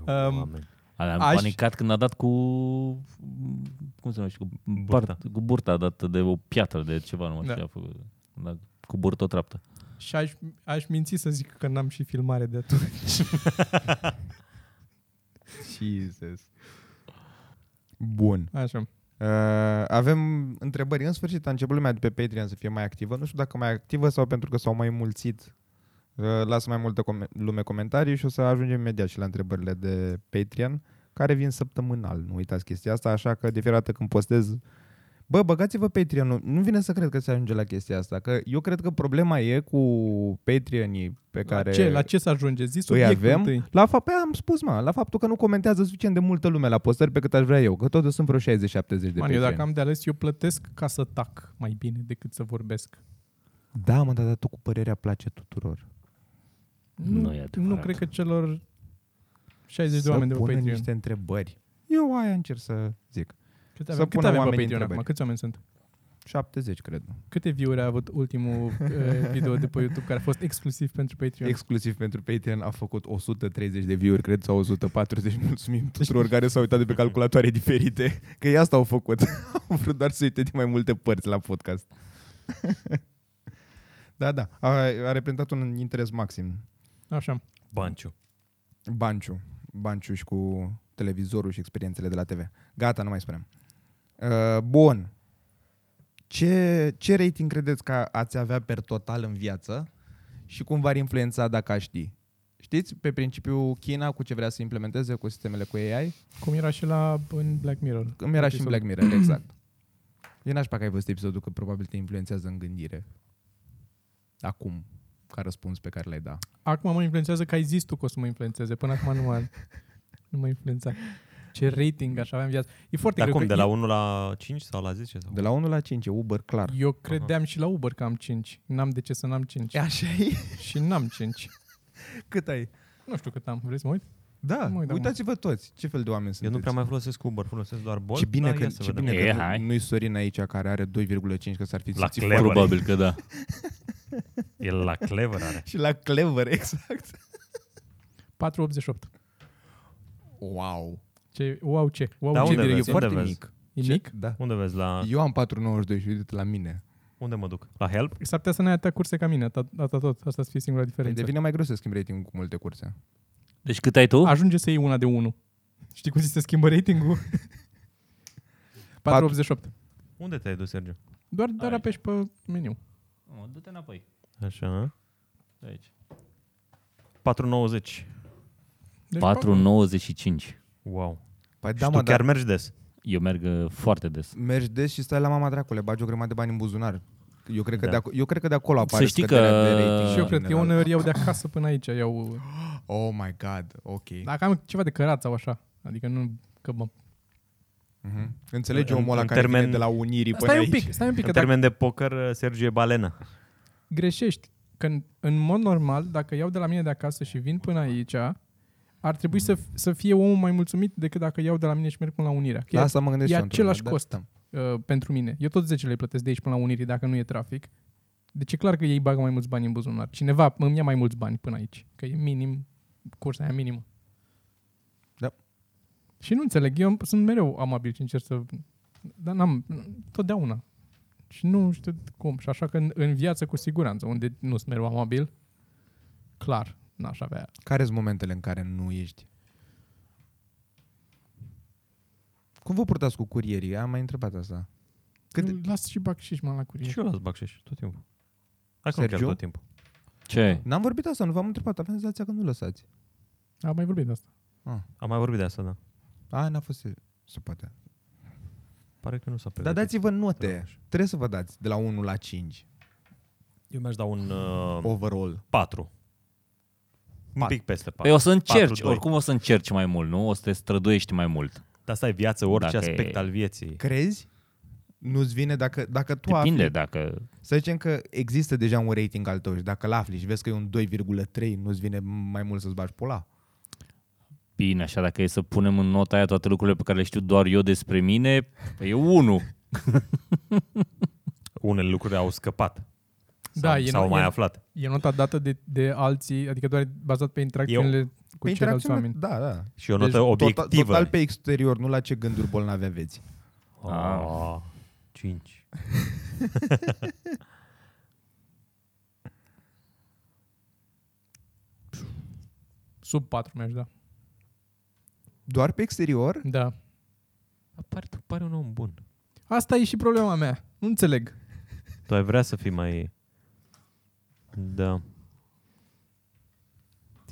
[SPEAKER 4] Um,
[SPEAKER 2] oameni.
[SPEAKER 1] Alea, am
[SPEAKER 4] Aș-
[SPEAKER 1] panicat când a dat cu... Cum se numește? Cu burta. cu burta a dat de o piatră, de ceva, nu mai știu
[SPEAKER 4] Da.
[SPEAKER 1] ce a făcut. Da, cu burtă o traptă.
[SPEAKER 4] Și aș, aș minți să zic că n-am și filmare de atunci.
[SPEAKER 5] Jesus. Bun.
[SPEAKER 4] Așa.
[SPEAKER 5] Uh, avem întrebări. În sfârșit a început lumea de pe Patreon să fie mai activă. Nu știu dacă mai activă sau pentru că s-au mai mulțit. Uh, lasă mai multă com- lume comentarii și o să ajungem imediat și la întrebările de Patreon, care vin săptămânal. Nu uitați chestia asta, așa că de fiecare dată când postez... Bă, băgați-vă Patreon-ul. Nu vine să cred că se ajunge la chestia asta. Că eu cred că problema e cu Patreonii pe care...
[SPEAKER 4] La ce, la ce să ajunge? Zi
[SPEAKER 5] îi
[SPEAKER 4] subiectul
[SPEAKER 5] avem.
[SPEAKER 4] întâi.
[SPEAKER 5] La fa- pe am spus, mă, la faptul că nu comentează suficient de multă lume la postări pe cât aș vrea eu, că totuși sunt vreo 60-70 de
[SPEAKER 4] Man, eu
[SPEAKER 5] Patreon.
[SPEAKER 4] dacă am de ales, eu plătesc ca să tac mai bine decât să vorbesc.
[SPEAKER 5] Da, mă, dar, dar tu cu părerea place tuturor.
[SPEAKER 1] Nu e adevărat.
[SPEAKER 4] nu cred că celor 60 de oameni de pe
[SPEAKER 5] pună
[SPEAKER 4] Patreon.
[SPEAKER 5] niște întrebări. Eu aia încerc să zic.
[SPEAKER 4] Cât
[SPEAKER 5] să
[SPEAKER 4] avem, cât
[SPEAKER 5] pună
[SPEAKER 4] avem pe
[SPEAKER 5] oamenii
[SPEAKER 4] Patreon
[SPEAKER 5] întrebări.
[SPEAKER 4] acum? Câți oameni sunt?
[SPEAKER 5] 70, cred.
[SPEAKER 4] Câte view-uri a avut
[SPEAKER 5] (laughs)
[SPEAKER 4] ultimul uh, video de pe YouTube care a fost exclusiv pentru Patreon?
[SPEAKER 5] Exclusiv pentru Patreon a făcut 130 de view-uri, cred, sau 140. (laughs) Mulțumim tuturor care s-au uitat de pe calculatoare diferite, că ei asta au făcut. (laughs) au vrut doar să uite din mai multe părți la podcast. (laughs) da, da, a, a reprezentat un interes maxim.
[SPEAKER 4] Așa.
[SPEAKER 2] Banciu.
[SPEAKER 5] Banciu. Banciu și cu televizorul și experiențele de la TV. Gata, nu mai spunem. Uh, bun. Ce, ce rating credeți că ați avea per total în viață și cum v-ar influența dacă aș ști? Știți, pe principiu China cu ce vrea să implementeze cu sistemele cu AI,
[SPEAKER 4] Cum era și la în Black Mirror.
[SPEAKER 5] cum era și în
[SPEAKER 4] Episodul.
[SPEAKER 5] Black (clears throat) Mirror, exact. E nașpa că ai văzut episodul că probabil te influențează în gândire. Acum, ca răspuns pe care l-ai da.
[SPEAKER 4] Acum mă influențează că ai zis tu că o să mă influențeze. Până acum nu mă, (laughs) nu mă influența. Ce rating aș avea în viață. E foarte
[SPEAKER 2] Dar
[SPEAKER 4] greu.
[SPEAKER 2] cum,
[SPEAKER 4] că
[SPEAKER 2] de la
[SPEAKER 4] eu,
[SPEAKER 2] 1 la 5 sau la 10? Sau?
[SPEAKER 5] De la 1 la 5 e Uber clar.
[SPEAKER 4] eu credeam și la Uber că am 5. N-am de ce să n-am 5.
[SPEAKER 5] E așa e?
[SPEAKER 4] Și n-am 5.
[SPEAKER 5] (laughs) Cât ai?
[SPEAKER 4] Nu știu cât am. Vrei să mă uit?
[SPEAKER 5] Da,
[SPEAKER 4] Mă uit, da, mă.
[SPEAKER 5] uitați-vă toți ce fel de oameni sunt.
[SPEAKER 2] Eu nu prea mai folosesc Uber, folosesc doar Bolt.
[SPEAKER 5] Ce bine
[SPEAKER 2] dar
[SPEAKER 5] că,
[SPEAKER 2] ia să
[SPEAKER 5] ce
[SPEAKER 2] vedem.
[SPEAKER 5] bine
[SPEAKER 1] E,
[SPEAKER 5] că
[SPEAKER 1] hai.
[SPEAKER 5] nu, nu-i Sorin aici care are 2,5 că s-ar fi
[SPEAKER 2] La
[SPEAKER 5] simțit
[SPEAKER 2] Clever.
[SPEAKER 5] foarte-
[SPEAKER 1] Probabil că da.
[SPEAKER 2] El la clever
[SPEAKER 5] (laughs)
[SPEAKER 2] are.
[SPEAKER 5] (laughs) Și la Clever, exact.
[SPEAKER 4] 488.
[SPEAKER 5] Wow.
[SPEAKER 4] Ce, wow, ce? Wow,
[SPEAKER 2] Da,
[SPEAKER 4] ce
[SPEAKER 2] unde
[SPEAKER 5] e
[SPEAKER 2] vezi?
[SPEAKER 5] foarte
[SPEAKER 2] Unde vezi?
[SPEAKER 5] mic.
[SPEAKER 4] E mic?
[SPEAKER 5] Ce? Da.
[SPEAKER 2] Unde vezi? La...
[SPEAKER 5] Eu am 4,92 și uite la mine. Păi
[SPEAKER 2] Unde mă duc? La Help?
[SPEAKER 4] S-ar putea să n-ai atâtea curse ca mine, atât, atât tot. Asta să fie singura
[SPEAKER 5] Păi
[SPEAKER 4] diferență.
[SPEAKER 5] devine mai greu să schimb ratingul cu multe curse.
[SPEAKER 1] Deci cât ai tu?
[SPEAKER 4] Ajunge să iei una de 1. Știi cum ți se schimbă
[SPEAKER 5] (laughs)
[SPEAKER 4] ratingul? 488.
[SPEAKER 2] Unde te-ai dus, Sergiu?
[SPEAKER 4] Doar, doar
[SPEAKER 1] Aici.
[SPEAKER 4] apeși pe meniu.
[SPEAKER 1] Mă, Du-te înapoi.
[SPEAKER 2] Așa.
[SPEAKER 1] De Aici.
[SPEAKER 2] 4,90.
[SPEAKER 4] Deci,
[SPEAKER 1] 4,95.
[SPEAKER 2] Wow.
[SPEAKER 5] Păi da,
[SPEAKER 2] Da, și
[SPEAKER 5] mă,
[SPEAKER 2] tu chiar
[SPEAKER 5] dar
[SPEAKER 2] mergi des.
[SPEAKER 1] Eu merg uh, foarte des.
[SPEAKER 5] mergi des și stai la mama dracule, bagi o grămadă de bani în buzunar. Eu cred, că
[SPEAKER 2] Da.
[SPEAKER 5] de acolo, eu cred că de acolo apare
[SPEAKER 1] știi
[SPEAKER 5] scăderea
[SPEAKER 1] că-
[SPEAKER 5] de rating.
[SPEAKER 1] Și
[SPEAKER 4] Și eu cred că eu
[SPEAKER 5] general.
[SPEAKER 4] uneori iau de acasă până aici. Iau,
[SPEAKER 5] Oh my god, ok.
[SPEAKER 4] dacă am ceva de cărat sau așa. Adică nu că mă...
[SPEAKER 5] Păi Mhm. Înțelege
[SPEAKER 2] În-
[SPEAKER 5] omul ăla
[SPEAKER 2] în
[SPEAKER 5] care
[SPEAKER 2] termen-
[SPEAKER 5] vine de la Unirii până
[SPEAKER 4] Stai un
[SPEAKER 5] aici.
[SPEAKER 4] pic, stai un pic, că
[SPEAKER 2] În
[SPEAKER 4] dacă
[SPEAKER 2] termen de poker, Sergiu e balena.
[SPEAKER 4] greșești. Că în, în mod normal, dacă iau de la mine de acasă și vin până aici, ar trebui să, f- să fie omul mai mulțumit decât dacă iau de la mine și merg până la Unirea. Că
[SPEAKER 5] La
[SPEAKER 4] e
[SPEAKER 5] asta mă gândesc
[SPEAKER 4] e
[SPEAKER 5] eu într-una,
[SPEAKER 4] același
[SPEAKER 5] da,
[SPEAKER 4] cost.
[SPEAKER 5] da.
[SPEAKER 4] uh, pentru mine. Eu tot 10 lei plătesc de aici până la Unirii dacă nu e trafic. Deci e clar că ei bagă mai mulți bani în buzunar. Cineva îmi ia mai mulți bani până aici. Că e minim, cursa aia minimă.
[SPEAKER 5] Da.
[SPEAKER 4] Și nu înțeleg, eu sunt mereu amabil și încerc să... Dar n-am, totdeauna. Și nu știu cum. Și așa că în, în viață, cu siguranță, unde nu sunt mereu amabil, clar, n-aș avea.
[SPEAKER 5] Care sunt momentele în care nu ești? Cum vă purtați cu curierii? Am mai întrebat asta. Cât-
[SPEAKER 4] Cât... Las și bacșiș, mă, la curier.
[SPEAKER 2] Și eu las bacșiș tot timpul. Hai că nu chiar
[SPEAKER 5] Sergiu?
[SPEAKER 2] tot timpul.
[SPEAKER 1] Ce?
[SPEAKER 5] N-am vorbit asta, nu v-am întrebat. Aveam senzația că nu lăsați.
[SPEAKER 4] Am mai vorbit de asta.
[SPEAKER 2] Am mai vorbit de asta, da.
[SPEAKER 5] A, n-a fost... Se poate.
[SPEAKER 4] Păi
[SPEAKER 2] Pare că nu s-a
[SPEAKER 5] Dar
[SPEAKER 2] pregătit.
[SPEAKER 5] dați-vă note. Trebuie să vă dați de la 1 la 5.
[SPEAKER 2] Eu mi-aș da un uh,
[SPEAKER 5] Overall.
[SPEAKER 2] 4. Un
[SPEAKER 5] Patru.
[SPEAKER 2] pic peste 4.
[SPEAKER 1] Păi o să încerci,
[SPEAKER 2] 4-2.
[SPEAKER 1] oricum o să încerci mai mult, nu? O să te străduiești mai mult.
[SPEAKER 2] Dar asta e viață, orice
[SPEAKER 1] Dacă e-
[SPEAKER 2] aspect al vieții.
[SPEAKER 5] Crezi? Nu-ți vine dacă, dacă tu
[SPEAKER 1] Depinde
[SPEAKER 5] afli,
[SPEAKER 1] dacă...
[SPEAKER 5] să zicem că există deja un rating al tău și dacă l afli și vezi că e un 2,3, nu-ți vine mai mult să-ți bagi pula?
[SPEAKER 1] Bine, așa, dacă e să punem în nota aia toate lucrurile pe care le știu doar eu despre mine, păi e 1.
[SPEAKER 2] Unele lucruri au scăpat.
[SPEAKER 4] Da,
[SPEAKER 2] sau,
[SPEAKER 4] e
[SPEAKER 2] sau
[SPEAKER 4] no-
[SPEAKER 2] mai
[SPEAKER 4] e-
[SPEAKER 2] aflat.
[SPEAKER 4] E nota dată de, de alții, adică doar bazat pe interacțiunile eu, cu
[SPEAKER 5] Pe
[SPEAKER 4] ceilalți
[SPEAKER 5] interacțiune-
[SPEAKER 4] oameni.
[SPEAKER 5] Da, da.
[SPEAKER 2] Și o notă obiectivă.
[SPEAKER 5] Total, total pe exterior, nu la ce gânduri bolnave aveți.
[SPEAKER 2] Ah. 5.
[SPEAKER 4] Sub 4 mi-aș da.
[SPEAKER 5] Doar pe exterior?
[SPEAKER 4] Da.
[SPEAKER 2] Apare, tu pare un om bun.
[SPEAKER 4] Asta e și problema mea. Nu înțeleg.
[SPEAKER 2] Tu ai vrea să fii mai... Da.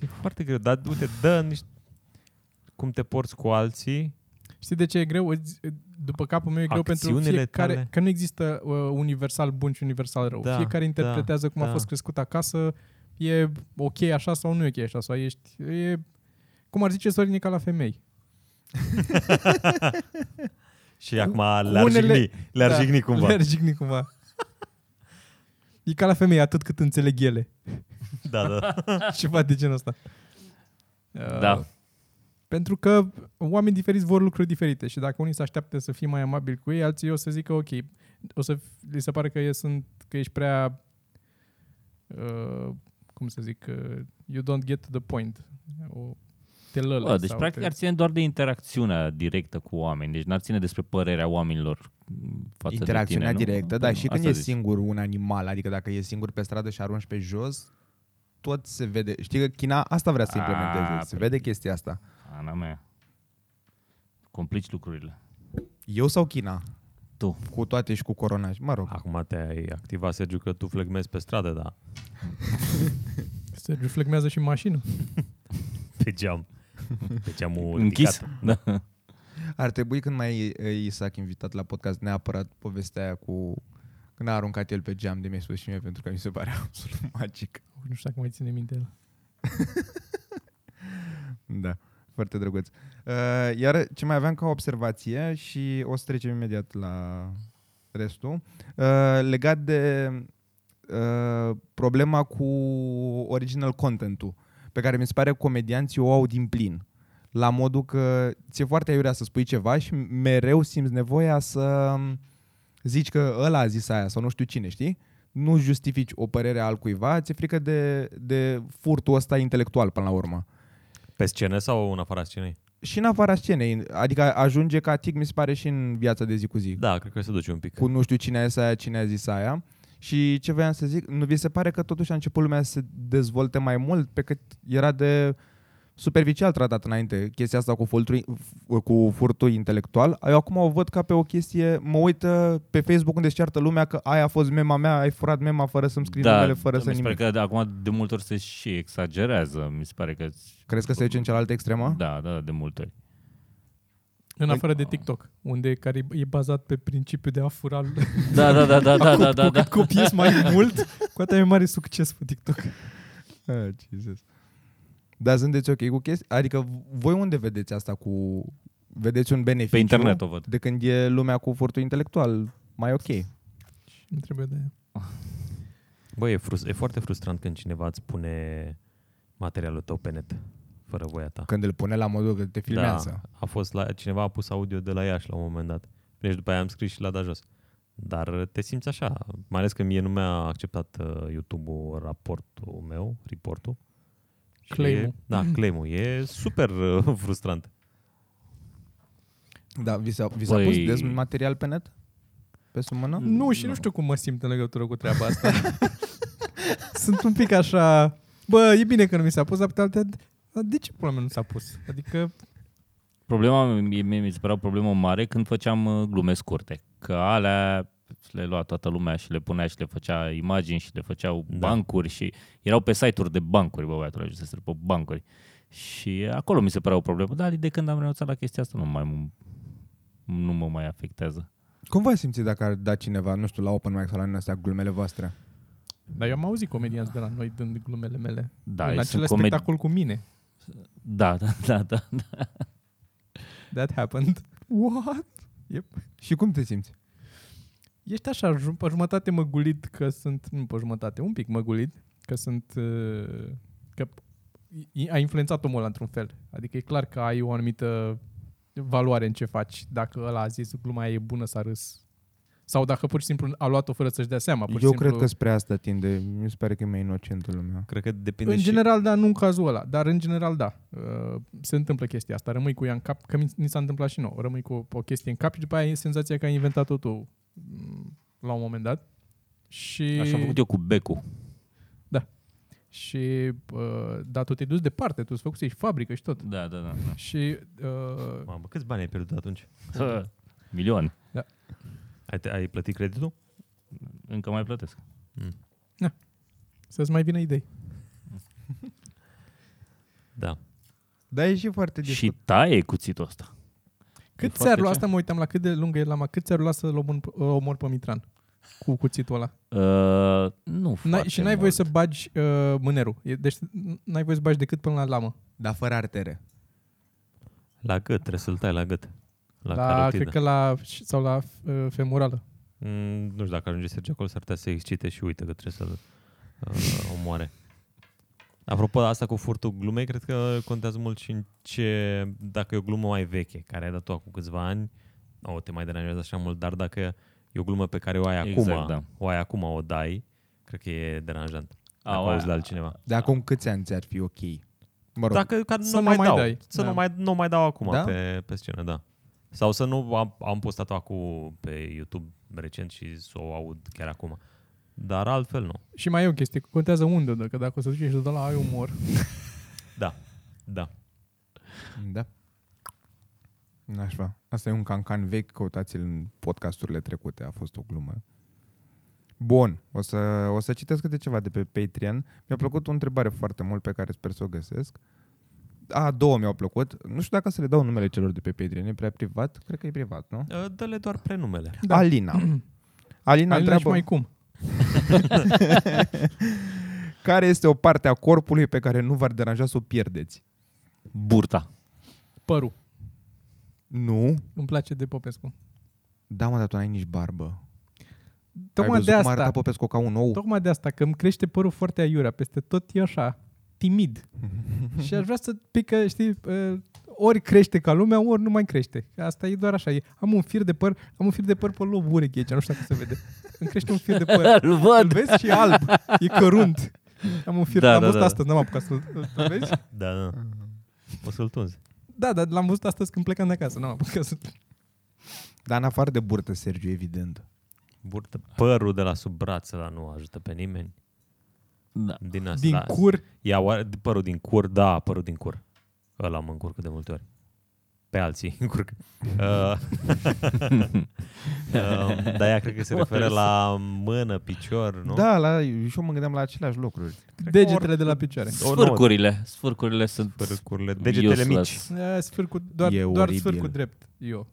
[SPEAKER 2] E foarte greu, dar uite, dă niște... Cum te porți cu alții,
[SPEAKER 4] Știi de ce e greu? Îți- După capul meu e greu pentru
[SPEAKER 2] Acțiunile
[SPEAKER 4] fiecare...
[SPEAKER 2] tale.
[SPEAKER 4] Că nu există uh, universal bun și universal rău.
[SPEAKER 2] Da,
[SPEAKER 4] fiecare interpretează cum a
[SPEAKER 2] da.
[SPEAKER 4] fost crescut acasă. E ok așa sau nu e ok așa. Sau ești... E, cum ar zice Sorin, e ca la femei.
[SPEAKER 2] Și acum le-ar
[SPEAKER 4] unele- da.
[SPEAKER 2] jigni, le-ar jigni cumva.
[SPEAKER 4] Le-ar jigni
[SPEAKER 2] (laughs)
[SPEAKER 4] cumva. E ca la femei, atât cât înțeleg ele.
[SPEAKER 2] Da, da.
[SPEAKER 4] (laughs) Ceva de genul ăsta. Uh,
[SPEAKER 1] Da.
[SPEAKER 4] Pentru că oameni diferiți vor lucruri diferite și dacă unii se așteaptă să fii mai amabil cu ei, alții o să zică ok, o să f- li se pare că, e, sunt, că ești prea, uh, cum să zic, uh, you don't get to the point. O, te lălă.
[SPEAKER 1] Bă, deci
[SPEAKER 4] sau
[SPEAKER 1] practic
[SPEAKER 4] te...
[SPEAKER 1] ar ține doar de interacțiunea directă cu oameni, deci n-ar ține despre părerea oamenilor m, față
[SPEAKER 5] Interacțiunea
[SPEAKER 1] de tine, nu?
[SPEAKER 5] directă, da, și când
[SPEAKER 1] Asta
[SPEAKER 5] e
[SPEAKER 1] zici.
[SPEAKER 5] singur un animal, adică dacă e singur pe stradă și arunci pe jos, tot se vede. Știi că China asta vrea
[SPEAKER 1] A,
[SPEAKER 5] să implementeze, se
[SPEAKER 1] păi-
[SPEAKER 5] vede chestia asta.
[SPEAKER 1] Ana mea. Complici lucrurile.
[SPEAKER 5] Eu sau China?
[SPEAKER 1] Tu.
[SPEAKER 5] Cu toate și cu corona. și- Mă rog,
[SPEAKER 2] Acum te-ai activat, Sergiu, că tu flegmezi pe stradă, da.
[SPEAKER 4] Se reflectează și mașina.
[SPEAKER 2] Pe geam. Pe geamul
[SPEAKER 1] Închis?
[SPEAKER 2] ridicat.
[SPEAKER 1] Da.
[SPEAKER 5] ar trebui când mai e Isaac invitat la podcast neapărat povestea aia cu când a aruncat el pe geam de mi-a spus și mie pentru că mi se pare (laughs) absolut magic.
[SPEAKER 4] Nu știu dacă mai ține minte el.
[SPEAKER 5] Da, foarte drăguț. Uh, Iar ce mai aveam ca observație și o să trecem imediat la restul, uh, legat de uh, problema cu original content-ul, pe care mi se pare comedianții o au din plin. La modul că ți-e foarte aiurea să spui ceva și mereu simți nevoia să zici că ăla a zis aia sau nu știu cine, știi? Nu justifici o părere a altcuiva, ți-e frică de, de furtul ăsta intelectual până la urmă
[SPEAKER 2] Pe scenă sau în afara scenei?
[SPEAKER 5] și în afara scenei, adică ajunge ca tic, mi se pare, și în viața de zi cu zi.
[SPEAKER 2] Da, cred că se duce un pic.
[SPEAKER 5] Cu nu știu cine a zis aia, cine a zis aia. Și ce voiam să zic, nu vi se pare că totuși a început lumea să se dezvolte mai mult pe cât era de superficial tratat înainte chestia asta cu, furtul, cu furtul intelectual. Eu acum o văd ca pe o chestie, mă uit uh, pe Facebook unde se ceartă lumea că aia a fost mema mea, ai furat mema fără să-mi scrii numele, fără
[SPEAKER 1] mi
[SPEAKER 5] să
[SPEAKER 1] se pare
[SPEAKER 5] nimic. Că...
[SPEAKER 1] că da, acum de multe ori se și exagerează, mi se pare că...
[SPEAKER 5] Crezi că se duce în cealaltă extremă?
[SPEAKER 1] Da, da, de multe ori.
[SPEAKER 4] În
[SPEAKER 1] Păi,
[SPEAKER 4] afară de TikTok, unde care e- e bazat pe principiul de a fura (laughs)
[SPEAKER 1] Da, da, da, da, da, da, da, da.
[SPEAKER 4] Cu cât copiezi
[SPEAKER 1] (laughs)
[SPEAKER 4] mai mult, cu atât mai mare succes pe TikTok.
[SPEAKER 5] (laughs) Ah, Jesus. Dar sunteți ok cu chestia? Adică voi unde vedeți asta cu... Vedeți un beneficiu?
[SPEAKER 1] Pe internet o văd.
[SPEAKER 5] De când e lumea cu furtul intelectual mai ok.
[SPEAKER 4] Nu trebuie de
[SPEAKER 2] Băi, e, frust- e foarte frustrant când cineva îți pune materialul tău pe net, fără voia ta.
[SPEAKER 5] Când îl pune la modul că te filmează.
[SPEAKER 2] Da, a fost la, cineva a pus audio de la Iași la un moment dat. Deci după aia am scris și l-a dat jos. Dar te simți așa, mai ales că mie nu mi-a acceptat uh, YouTube-ul raportul meu, reportul. Și
[SPEAKER 4] Claim-ul.
[SPEAKER 2] E, da, claim-ul. E super uh, frustrant.
[SPEAKER 5] Da, vi s-a, vi s-a
[SPEAKER 1] Băi-
[SPEAKER 5] pus des material pe net? pe sub mână?
[SPEAKER 4] Nu, și nu. știu cum mă simt în legătură cu treaba
[SPEAKER 1] (laughs)
[SPEAKER 4] asta. Sunt un pic așa... Bă, e bine că nu mi s-a pus, dar pe de altă- dar de ce pula mea nu s-a pus? Adică,
[SPEAKER 1] Problema, mi, mi mi se părea o problemă mare când făceam uh, glume scurte. Că alea le lua toată lumea și le punea și le făcea imagini și le făceau da. bancuri și erau pe site-uri de bancuri, bă, băiatul ăla, să pe bancuri. Și acolo mi se părea o problemă, dar de când am renunțat la chestia asta nu, mai, nu mă mai afectează.
[SPEAKER 5] Cum v-ați simțit dacă ar da cineva, nu știu, la open mic sau la din astea glumele voastre?
[SPEAKER 4] dar eu am auzit comedianți de la noi dând glumele mele.
[SPEAKER 1] Da,
[SPEAKER 4] în
[SPEAKER 1] sunt
[SPEAKER 4] același
[SPEAKER 1] comedi-
[SPEAKER 4] spectacol cu mine.
[SPEAKER 1] Da, da, da, da.
[SPEAKER 4] That happened. What?
[SPEAKER 5] Și cum te simți?
[SPEAKER 4] Ești așa, ju- pe jumătate măgulit că sunt, nu pe jumătate, un pic măgulit că sunt, uh, că i- a influențat omul ăla într-un fel. Adică e clar că ai o anumită valoare în ce faci. Dacă ăla a zis gluma aia e bună, s-a râs. Sau dacă pur și simplu a luat-o fără să-și dea seama. Pur și
[SPEAKER 5] Eu
[SPEAKER 4] simplu,
[SPEAKER 5] cred că spre asta tinde. Mi se pare că e mai inocentă lumea.
[SPEAKER 3] Cred că depinde
[SPEAKER 4] În
[SPEAKER 3] și...
[SPEAKER 4] general, da, nu în cazul ăla, dar în general, da. Uh, Se întâmplă chestia asta, rămâi cu ea în cap, că mi- ni s-a întâmplat și nouă. Rămâi cu o chestie în cap și după aia e senzația că ai inventat-o tu m, mm, la un moment dat. Și,
[SPEAKER 1] Așa am făcut eu cu becul.
[SPEAKER 4] și uh, da, tu te-ai dus departe, tu îți făcusei și fabrică și tot.
[SPEAKER 1] Da, da, da.
[SPEAKER 4] Și uh,
[SPEAKER 3] Mamă, câți bani ai pierdut atunci?
[SPEAKER 1] da. Milioane.
[SPEAKER 2] Ai, te- ai plătit creditul?
[SPEAKER 1] Încă mai plătesc.
[SPEAKER 2] Hmm.
[SPEAKER 4] să-ți mai vină idei.
[SPEAKER 2] Da.
[SPEAKER 5] Dar e și foarte
[SPEAKER 1] Și
[SPEAKER 5] discut.
[SPEAKER 1] taie cuțitul ăsta.
[SPEAKER 4] Cât
[SPEAKER 1] foarte
[SPEAKER 4] ți-ar lua,
[SPEAKER 1] ce?
[SPEAKER 4] asta mă uitam la cât de lungă e lama, cât ți-ar lua să-l omor, omor pe Mitran cu cuțitul ăla?
[SPEAKER 1] Uh, nu
[SPEAKER 4] N-ai, și
[SPEAKER 1] foarte
[SPEAKER 4] n-ai voie
[SPEAKER 1] mult.
[SPEAKER 4] să bagi uh, mânerul. E- Deci n- n-ai voie să bagi decât până la lamă.
[SPEAKER 5] Dar fără artere.
[SPEAKER 2] La gât, trebuie să-l tai la gât. La,
[SPEAKER 1] Da,
[SPEAKER 2] la
[SPEAKER 4] la
[SPEAKER 2] carotidă.
[SPEAKER 4] cred că la, sau la uh, femurală.
[SPEAKER 2] Mm, nu știu dacă ajunge Sergiu acolo, s-ar putea să excite și uite că trebuie să-l uh, omoare. Apropo de asta cu furtul glumei, cred că contează mult și în ce, dacă e o glumă mai veche, care ai dat tu acum câțiva ani, nu o te mai deranjează așa mult, dar dacă e o glumă pe care o ai
[SPEAKER 1] Exact,
[SPEAKER 2] acum,
[SPEAKER 1] da.
[SPEAKER 2] o ai acum, o dai, cred că e deranjant. Dacă
[SPEAKER 1] Au,
[SPEAKER 2] auzi la
[SPEAKER 1] a-
[SPEAKER 2] altcineva.
[SPEAKER 5] De acum câți ani ți-ar fi ok? Mă rog,
[SPEAKER 2] Dacă ca nu
[SPEAKER 4] Să nu
[SPEAKER 2] mai
[SPEAKER 4] mai
[SPEAKER 2] dau.
[SPEAKER 4] dai.
[SPEAKER 2] Să
[SPEAKER 4] Da.
[SPEAKER 2] nu mai, nu mai dau acum
[SPEAKER 5] Da?
[SPEAKER 2] pe, pe scenă, da. Sau să nu am, am postat-o acum pe YouTube recent și să o aud chiar acum. Dar altfel nu.
[SPEAKER 4] Și mai e o chestie, că contează unde, dă, că dacă o să duci și să dă la ai umor.
[SPEAKER 2] Da. Da.
[SPEAKER 5] Da. Nașpa. Asta e un cancan vechi, căutați-l în podcasturile trecute, a fost o glumă. Bun, o să, o să citesc câte ceva de pe Patreon. Mi-a plăcut o întrebare foarte mult pe care sper să o găsesc. A, două mi-au plăcut. Nu știu dacă să le dau numele celor de pe Patreon. E prea privat? Cred că e privat, nu?
[SPEAKER 2] Uh, Dă-le doar prenumele.
[SPEAKER 5] Da. Alina. Alina, Alina
[SPEAKER 4] Alina și
[SPEAKER 5] întreabă
[SPEAKER 4] mai cum.
[SPEAKER 5] care este o parte a corpului pe care nu v-ar deranja să o pierdeți.
[SPEAKER 2] (laughs)
[SPEAKER 1] Burta.
[SPEAKER 4] Părul.
[SPEAKER 5] Nu?
[SPEAKER 4] Îmi place de Popescu.
[SPEAKER 5] Da, mă, dar tu n-ai nici barbă. Ai
[SPEAKER 4] Tocmai
[SPEAKER 5] văzut
[SPEAKER 4] de
[SPEAKER 5] cum arăta
[SPEAKER 4] asta,
[SPEAKER 5] Popescu ca un ou?
[SPEAKER 4] tocmai de asta, că îmi crește părul foarte aiurea, peste tot e așa,
[SPEAKER 1] (laughs)
[SPEAKER 4] timid. și aș vrea să pică, știi, uh, ori crește ca lumea, ori nu mai crește. Asta e doar așa. E, am un fir de păr, am un fir de păr pe lob urechi aici, nu știu dacă se vede. Îmi crește un fir de
[SPEAKER 1] (laughs)
[SPEAKER 4] păr.
[SPEAKER 1] Îl văd.
[SPEAKER 4] Îl vezi și e alb. E cărunt. Am un fir,
[SPEAKER 1] Da,
[SPEAKER 4] da, l-am
[SPEAKER 1] da,
[SPEAKER 4] văzut
[SPEAKER 1] da.
[SPEAKER 4] astăzi, n-am apucat să-l îl vezi.
[SPEAKER 2] Da, da. O să-l tunzi.
[SPEAKER 4] Da, dar l-am văzut astăzi când plecam de acasă, n-am apucat să...
[SPEAKER 5] Dar în afară de burtă, Sergiu, evident.
[SPEAKER 2] Burtă. Părul de la sub braț la nu ajută pe nimeni.
[SPEAKER 1] Da.
[SPEAKER 2] Din asta.
[SPEAKER 4] Din
[SPEAKER 2] da.
[SPEAKER 4] cur,
[SPEAKER 2] Ia, oare- părul din cur, da, părul din cur. Ăla mă încurcă de multe ori. Pe alții (laughs) încurc. (laughs) Uh, um, da, ea cred că se referă la mână, picior, nu?
[SPEAKER 5] Da, la, și eu mă gândeam la aceleași lucruri.
[SPEAKER 4] degetele de la picioare.
[SPEAKER 2] O, nu.
[SPEAKER 1] Sfârcurile. Sfârcurile sunt
[SPEAKER 2] Părâcurile, degetele
[SPEAKER 1] useless.
[SPEAKER 2] mici.
[SPEAKER 4] E, Sfârcul, doar,
[SPEAKER 5] E
[SPEAKER 4] doar
[SPEAKER 5] oribil.
[SPEAKER 4] sfârcul drept, eu.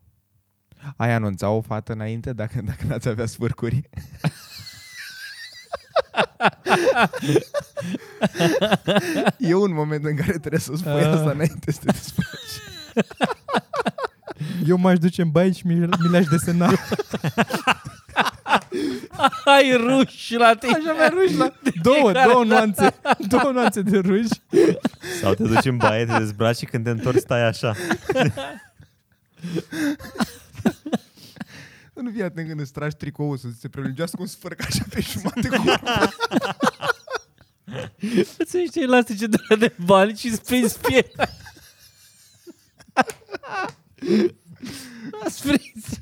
[SPEAKER 5] Ai anunța o fată înainte dacă, dacă n-ați avea sfârcuri? e un moment în care trebuie să spui
[SPEAKER 4] Ah.
[SPEAKER 5] asta înainte să te desfaci.
[SPEAKER 4] Eu m-aș duce în baie și mi, mi le-aș
[SPEAKER 1] (laughs)
[SPEAKER 4] desena.
[SPEAKER 1] Ai ruși la tine.
[SPEAKER 4] Aș avea ruși la... (laughs) Două, două nuanțe. Două nuanțe de ruși.
[SPEAKER 2] Sau te duci în baie, te dezbraci și când te întorci stai așa.
[SPEAKER 5] Nu fii atent când îți tragi tricoul să ți se prelungească un sfârc așa pe jumate cu
[SPEAKER 1] Îți iei niște elastice de alea de bani și sprinzi
[SPEAKER 4] (laughs)
[SPEAKER 1] pielea. Sprinzi.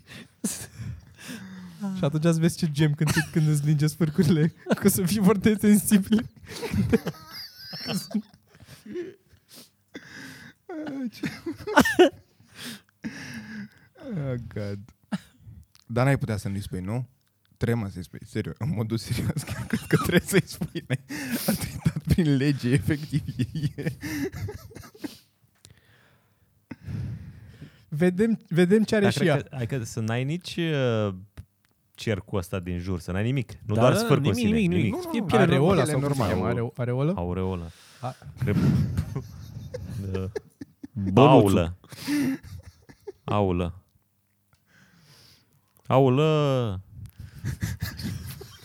[SPEAKER 4] Și atunci ați vezi ce gem când, când îți linge sfârcurile, (laughs) că o să fii foarte sensibil.
[SPEAKER 5] Oh, God. Dar n-ai putea să nu-i spui, nu? Trema să-i spui, serios, în modul serios, (laughs) chiar cred că trebuie să-i spui. ne? A tratat prin lege, efectiv. e- e-
[SPEAKER 4] Vedem, vedem ce are
[SPEAKER 2] Dar
[SPEAKER 4] și
[SPEAKER 2] cred
[SPEAKER 4] ea.
[SPEAKER 2] Că, adică să n-ai nici uh, cercul ăsta din jur, să n-ai nimic. Nu
[SPEAKER 1] Da,
[SPEAKER 2] doar
[SPEAKER 1] da, da,
[SPEAKER 2] sfârcul
[SPEAKER 1] nimic,
[SPEAKER 2] sine,
[SPEAKER 1] nimic, nimic.
[SPEAKER 5] Nu, nu,
[SPEAKER 4] E
[SPEAKER 5] nu,
[SPEAKER 4] pielea
[SPEAKER 5] areola
[SPEAKER 4] sau cum se
[SPEAKER 5] normal.
[SPEAKER 4] cheamă? Are- Areolă?
[SPEAKER 2] Aureolă.
[SPEAKER 4] A-
[SPEAKER 2] Trebuie... (laughs) Da.
[SPEAKER 1] Bănuțul.
[SPEAKER 2] Aulă. Aulă. Aulă.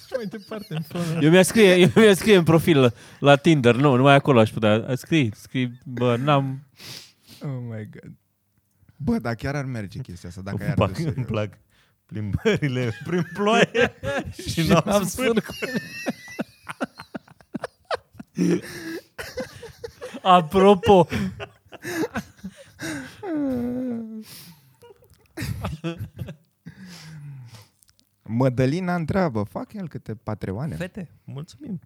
[SPEAKER 4] Și mai departe, în plan.
[SPEAKER 1] Eu mi-a scrie, eu mi-a scrie în profil la, la Tinder, nu, numai acolo aș putea. Scrii, scrii, bă, n-am...
[SPEAKER 5] Oh my God. Bă, dar chiar ar merge chestia asta, dacă ai
[SPEAKER 2] Îmi
[SPEAKER 5] ar
[SPEAKER 2] plac,
[SPEAKER 5] de
[SPEAKER 2] îmi
[SPEAKER 5] serios.
[SPEAKER 2] plac plimbările prin ploaie și n-am sfârc.
[SPEAKER 1] Apropo,
[SPEAKER 5] Mădălina întreabă, fac el câte patreoane?
[SPEAKER 2] Fete, mulțumim.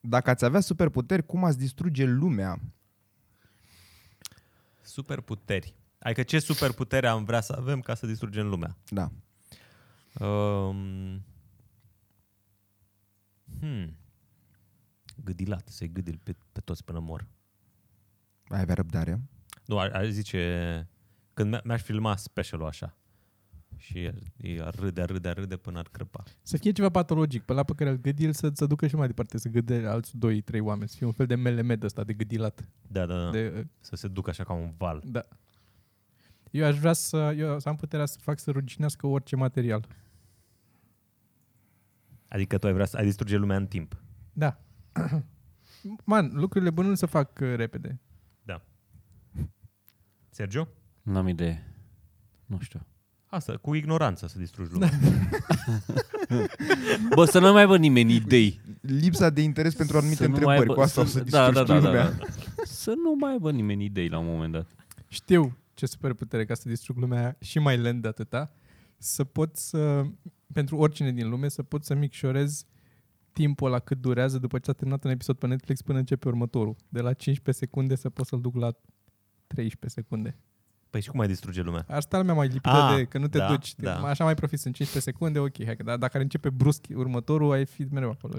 [SPEAKER 5] Dacă ați avea superputeri, cum ați distruge lumea?
[SPEAKER 2] Superputeri. Adică ce superputere am vrea să avem ca să distrugem lumea?
[SPEAKER 5] Da.
[SPEAKER 2] Um, hmm. Gâdilat, să-i gâdil pe, pe toți până mor.
[SPEAKER 5] Ai avea răbdare?
[SPEAKER 2] Nu, ar, ar zice... Când mi- mi-aș filma specialul așa. Și ar, ei ar râde, ar râde, ar râde până ar crăpa.
[SPEAKER 4] Să fie ceva patologic, pe la pe care îl gâdi, el să, să ducă și mai departe, să gâde alți doi, trei oameni, să fie un fel de MLM de ăsta, de gâdilat.
[SPEAKER 2] Da, da, da. De...
[SPEAKER 4] De,
[SPEAKER 2] Să se ducă așa ca un val.
[SPEAKER 4] da. Eu aș vrea să, eu să am puterea să fac să ruginească orice material.
[SPEAKER 2] Adică tu ai vrea să ai distruge lumea în timp.
[SPEAKER 4] Da. (clears throat) Man, lucrurile bune nu se fac uh, repede.
[SPEAKER 2] Sergio?
[SPEAKER 1] n-am idee. Nu știu.
[SPEAKER 2] Asta, cu ignoranță să distrugi lumea.
[SPEAKER 1] Bă, să nu mai aibă nimeni idei.
[SPEAKER 5] Lipsa de interes pentru anumite
[SPEAKER 1] Să nu mai
[SPEAKER 5] întrebări,
[SPEAKER 1] aibă-
[SPEAKER 5] cu asta o să
[SPEAKER 1] da,
[SPEAKER 5] distrugi
[SPEAKER 1] da, da, da,
[SPEAKER 5] lumea.
[SPEAKER 1] da. Să nu mai aibă nimeni idei la un moment dat.
[SPEAKER 4] Știu ce superputere ca să distrug lumea și mai lent de atâta, să pot să, pentru oricine din lume, să pot să micșorez timpul la cât durează după ce s-a terminat un episod pe Netflix până începe următorul. De la 15 secunde să pot să-l duc la 13 secunde.
[SPEAKER 2] Păi și cum ai distruge lumea?
[SPEAKER 4] Asta lumea mai lipită
[SPEAKER 2] Ah,
[SPEAKER 4] de că nu te
[SPEAKER 2] da,
[SPEAKER 4] duci. Te,
[SPEAKER 2] da.
[SPEAKER 4] Așa mai profit, sunt 15 secunde, ok. Hai, că, dar dacă ar începe brusc următorul, ai fi mereu acolo.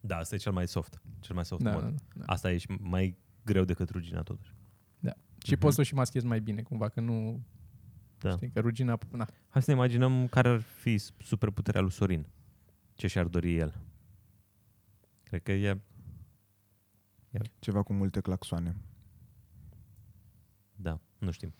[SPEAKER 2] Da, asta e cel mai soft. Cel mai soft da.
[SPEAKER 4] Da,
[SPEAKER 2] mod.
[SPEAKER 4] da, da.
[SPEAKER 2] Asta e și mai greu decât rugina totuși.
[SPEAKER 4] Și poți să o și maschezi mai bine, cumva, că nu...
[SPEAKER 2] Da.
[SPEAKER 4] Da. Știi, că rugina... Na.
[SPEAKER 2] Hai să ne imaginăm care ar fi superputerea lui Sorin. Ce și-ar dori el. Cred că e...
[SPEAKER 5] Ceva cu multe claxoane.
[SPEAKER 2] Da, nu știm.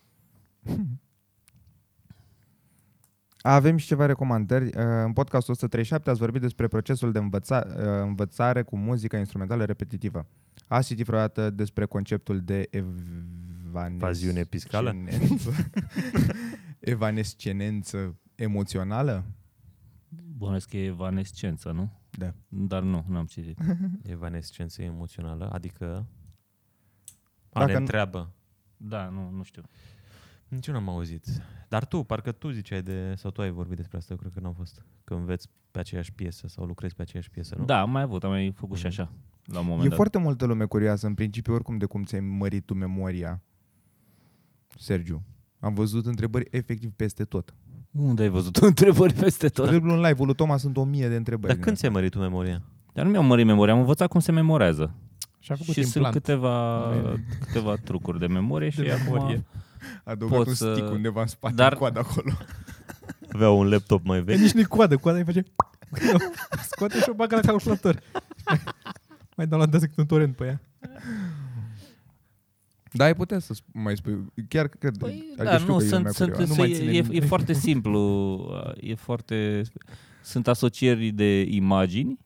[SPEAKER 5] Avem și ceva recomandări. Uh, În podcastul 137 ați vorbit despre procesul de învăța, uh, învățare cu muzică instrumentală repetitivă. Ați citit vreodată despre conceptul de evanes-
[SPEAKER 2] Evaziune piscală?
[SPEAKER 1] (laughs)
[SPEAKER 5] scenență- evanescenență emoțională?
[SPEAKER 1] Bănesc că e evanescență, nu?
[SPEAKER 5] Da.
[SPEAKER 1] Dar nu, n-am citit.
[SPEAKER 2] Evanescență emoțională, adică... A,
[SPEAKER 5] Dacă
[SPEAKER 2] ne
[SPEAKER 5] nu-
[SPEAKER 2] întreabă.
[SPEAKER 1] Da, nu, nu știu.
[SPEAKER 2] Nici eu n-am auzit. Dar tu, parcă tu ziceai de... Sau tu ai vorbit despre asta, eu cred că n-am fost. Că înveți pe aceeași piesă sau lucrezi pe aceeași piesă, nu?
[SPEAKER 1] Da, am mai avut, am mai făcut și așa. La un moment
[SPEAKER 5] E
[SPEAKER 1] dat.
[SPEAKER 5] foarte multă lume curioasă, în principiu, oricum de cum ți-ai mărit tu memoria, Sergiu. Am văzut întrebări efectiv peste tot.
[SPEAKER 1] Unde ai văzut (laughs) întrebări peste tot?
[SPEAKER 5] Dribblul în live-ul lui Toma sunt o mie de întrebări.
[SPEAKER 2] Dar când ți-ai mărit tu memoria?
[SPEAKER 1] Dar nu mi-am mărit memoria, am învățat cum se memorează.
[SPEAKER 4] Și a făcut
[SPEAKER 1] și sunt
[SPEAKER 4] implant.
[SPEAKER 1] câteva,
[SPEAKER 4] Bine.
[SPEAKER 1] câteva trucuri de memorie și
[SPEAKER 4] De memorie.
[SPEAKER 1] memorie.
[SPEAKER 5] Adăugat
[SPEAKER 1] Poți
[SPEAKER 5] un stick
[SPEAKER 1] să-
[SPEAKER 5] undeva în spate,
[SPEAKER 1] Dar-
[SPEAKER 5] în coada acolo.
[SPEAKER 2] Avea un laptop mai
[SPEAKER 4] Că
[SPEAKER 2] vechi?
[SPEAKER 4] Deci nici nu-i coadă, coada îi face... (laughs) Scoate și o bagă la
[SPEAKER 1] (laughs)
[SPEAKER 4] calculator. mai dau la cât un torrent pe ea.
[SPEAKER 5] Da, ai putea să sp- mai spui. Chiar cred.
[SPEAKER 1] Păi,
[SPEAKER 5] adică
[SPEAKER 1] da,
[SPEAKER 5] știu
[SPEAKER 1] nu,
[SPEAKER 5] că e
[SPEAKER 1] sunt,
[SPEAKER 5] lumea
[SPEAKER 1] sunt,
[SPEAKER 5] curioasă.
[SPEAKER 4] Nu
[SPEAKER 1] sunt,
[SPEAKER 4] mai
[SPEAKER 1] e,
[SPEAKER 4] ține
[SPEAKER 1] e,
[SPEAKER 4] minte.
[SPEAKER 1] e foarte simplu, e foarte, sunt asocieri de imagini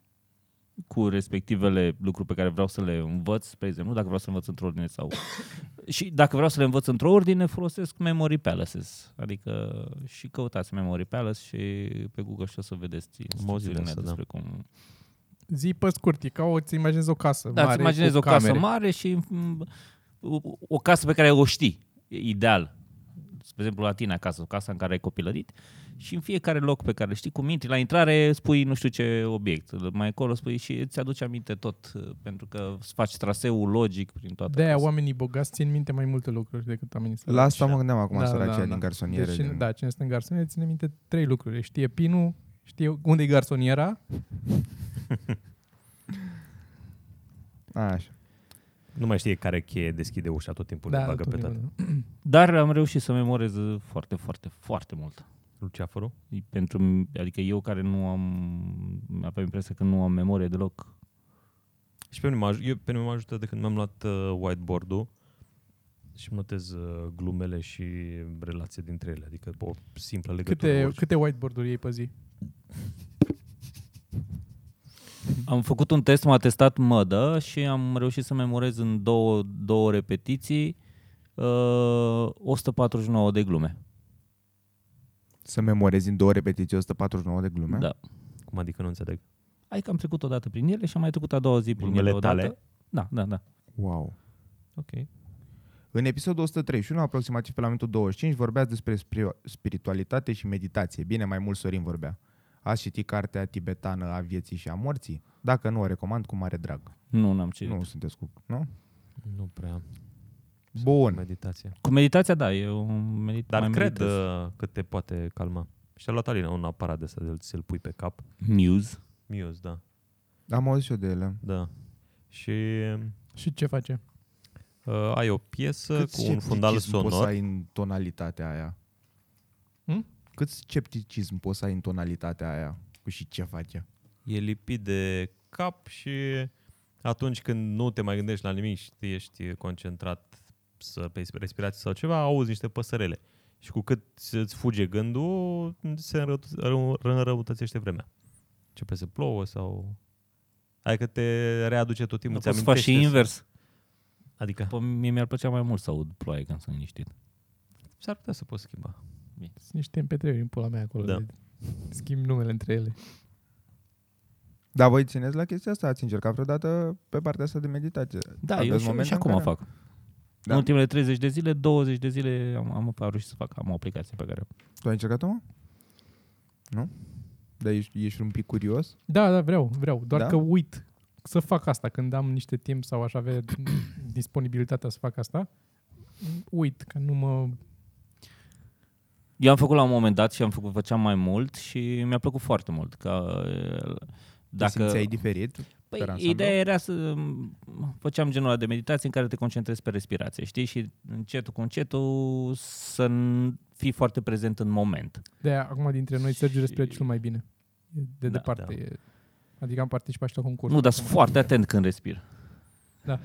[SPEAKER 1] cu respectivele lucruri pe care vreau să le învăț, spre exemplu, dacă vreau să învăț într-o ordine
[SPEAKER 4] (laughs)
[SPEAKER 1] sau... și dacă vreau să le învăț într-o ordine, folosesc Memory Palaces, adică și căutați Memory Palace și pe Google și o să vedeți instrucțiunile
[SPEAKER 2] asta, da.
[SPEAKER 1] despre cum...
[SPEAKER 4] Zi pe scurt, e ca o, ți imaginezi o casă
[SPEAKER 1] Da,
[SPEAKER 4] mare
[SPEAKER 1] îți imaginezi
[SPEAKER 4] cu
[SPEAKER 1] o casă
[SPEAKER 4] camere.
[SPEAKER 1] mare și mm, o, o casă pe care o știi, e ideal. spre exemplu la tine acasă, casa în care ai copilărit, și în fiecare loc pe care îl știi, cum intri, la intrare spui nu știu ce obiect, mai acolo spui și îți aduce aminte tot, pentru că îți faci traseul logic prin toată
[SPEAKER 4] De-aia
[SPEAKER 1] casa.
[SPEAKER 4] oamenii bogați țin minte mai multe lucruri decât oamenii
[SPEAKER 5] La
[SPEAKER 4] săraci.
[SPEAKER 5] asta mă gândeam acum,
[SPEAKER 4] Da,
[SPEAKER 5] da,
[SPEAKER 4] da,
[SPEAKER 5] săracea
[SPEAKER 4] da.
[SPEAKER 5] din garsoniere.
[SPEAKER 4] Deci,
[SPEAKER 5] din...
[SPEAKER 4] da, cine este în garsonieră ține minte trei lucruri. Știe pinul, știe unde e garsoniera.
[SPEAKER 5] Așa.
[SPEAKER 2] Nu mai știe care cheie deschide ușa, tot timpul da, le bagă
[SPEAKER 4] tot
[SPEAKER 2] pe
[SPEAKER 4] timpul,
[SPEAKER 2] toate.
[SPEAKER 4] da.
[SPEAKER 1] Dar am reușit să memorez foarte, foarte, foarte mult.
[SPEAKER 2] Luceafărul?
[SPEAKER 1] Pentru, adică eu care nu am, aveam impresia că nu am memorie deloc.
[SPEAKER 2] Și pe mine, mă aj- eu, pe mine mă ajută de când mi-am luat uh, whiteboard-ul și îmi notez uh, glumele și relația dintre ele, adică o simplă legătură.
[SPEAKER 4] Câte,
[SPEAKER 2] orice.
[SPEAKER 4] câte whiteboard-uri iei pe zi?
[SPEAKER 1] Am făcut un test, m-a testat mădă și am reușit să memorez în două, două repetiții uh, 149 de glume.
[SPEAKER 5] Să memorezi în două repetiții 149 de glume?
[SPEAKER 1] Da.
[SPEAKER 2] Cum adică nu înțeleg?
[SPEAKER 1] Adică am trecut odată prin ele și am mai trecut a doua zi prin
[SPEAKER 2] Glumele
[SPEAKER 1] ele odată.
[SPEAKER 2] tale?
[SPEAKER 1] Da, da, da.
[SPEAKER 5] Wow.
[SPEAKER 1] Ok.
[SPEAKER 5] În episodul 131, aproximativ pe la minutul 25, vorbeați despre spri- spiritualitate și meditație. Bine, mai mult Sorin vorbea. Ați citit cartea tibetană a vieții și a morții? Dacă nu, o recomand cu mare drag.
[SPEAKER 1] Nu, n-am citit.
[SPEAKER 5] Nu sunteți cu... Nu?
[SPEAKER 2] Nu prea.
[SPEAKER 5] Bun.
[SPEAKER 2] Meditația.
[SPEAKER 1] Cu meditația, da, eu medit,
[SPEAKER 2] Dar
[SPEAKER 1] mai
[SPEAKER 2] cred
[SPEAKER 1] meditez.
[SPEAKER 2] uh, că te poate calma. Și a luat Alina un aparat de să ți-l pui pe cap.
[SPEAKER 1] Muse.
[SPEAKER 2] Muse, da.
[SPEAKER 5] Am auzit și eu de ele.
[SPEAKER 2] Da. Și
[SPEAKER 4] Și ce face?
[SPEAKER 2] uh, ai o piesă
[SPEAKER 5] Cât
[SPEAKER 2] cu un fundal
[SPEAKER 5] scepticism poți să
[SPEAKER 2] sonor.
[SPEAKER 5] ai în tonalitatea aia?
[SPEAKER 4] Hm?
[SPEAKER 5] Cât scepticism poți să ai în tonalitatea aia? Cu și ce face?
[SPEAKER 2] E lipit de cap și atunci când nu te mai gândești la nimic și ești concentrat să pe respirație sau ceva, auzi niște păsărele. Și cu cât îți fuge gândul, se înrău- rău- înrăutățește vremea. Începe să plouă sau... Adică te readuce tot timpul.
[SPEAKER 1] Poți
[SPEAKER 2] îți
[SPEAKER 1] să faci și
[SPEAKER 2] amintește-
[SPEAKER 1] invers.
[SPEAKER 2] Adică
[SPEAKER 1] Păi mie mi-ar plăcea mai mult să aud ploaie când sunt liniștit.
[SPEAKER 2] s-ar putea să poți schimba.
[SPEAKER 4] Sunt niște mp în pula mea acolo.
[SPEAKER 2] Da.
[SPEAKER 4] Da. Schimb numele între ele.
[SPEAKER 5] Dar Da, voi țineți la chestia asta? Ați încercat vreodată pe partea asta de meditație?
[SPEAKER 1] Da,
[SPEAKER 5] Aveți
[SPEAKER 1] eu și,
[SPEAKER 5] momente
[SPEAKER 1] și
[SPEAKER 5] în
[SPEAKER 1] acum
[SPEAKER 5] care-
[SPEAKER 1] fac. Da.
[SPEAKER 5] Da.
[SPEAKER 1] În ultimele 30 de zile, 20 de zile am, am am reușit să fac. Am o aplicație pe care...
[SPEAKER 5] Tu ai încercat-o, mă? Nu? Dar ești, ești un pic curios?
[SPEAKER 4] Da, da, vreau, vreau. Doar
[SPEAKER 5] Da?
[SPEAKER 4] da? că uit să fac asta când am niște timp sau aș avea (clears throat) disponibilitatea să fac asta. Uit că nu mă...
[SPEAKER 1] Eu am făcut la un moment dat și am făcut, făceam mai mult și mi-a plăcut foarte mult. Că, eh,
[SPEAKER 5] Dacă... Te
[SPEAKER 1] dacă,
[SPEAKER 5] simțeai diferit?
[SPEAKER 1] Păi,
[SPEAKER 5] per ansamblu?
[SPEAKER 1] ideea era să m, făceam genul ăla de meditație în care te concentrezi pe respirație, știi? Și încetul cu încetul să n- fii foarte prezent în moment.
[SPEAKER 4] de acum dintre noi, Sergiu,
[SPEAKER 1] Și-
[SPEAKER 4] respira cel mai bine. E
[SPEAKER 1] Da,
[SPEAKER 4] De departe.
[SPEAKER 2] da.
[SPEAKER 4] Da. Adică am participat și la concurs.
[SPEAKER 1] Nu, dar sunt foarte atent când respir.
[SPEAKER 5] Dar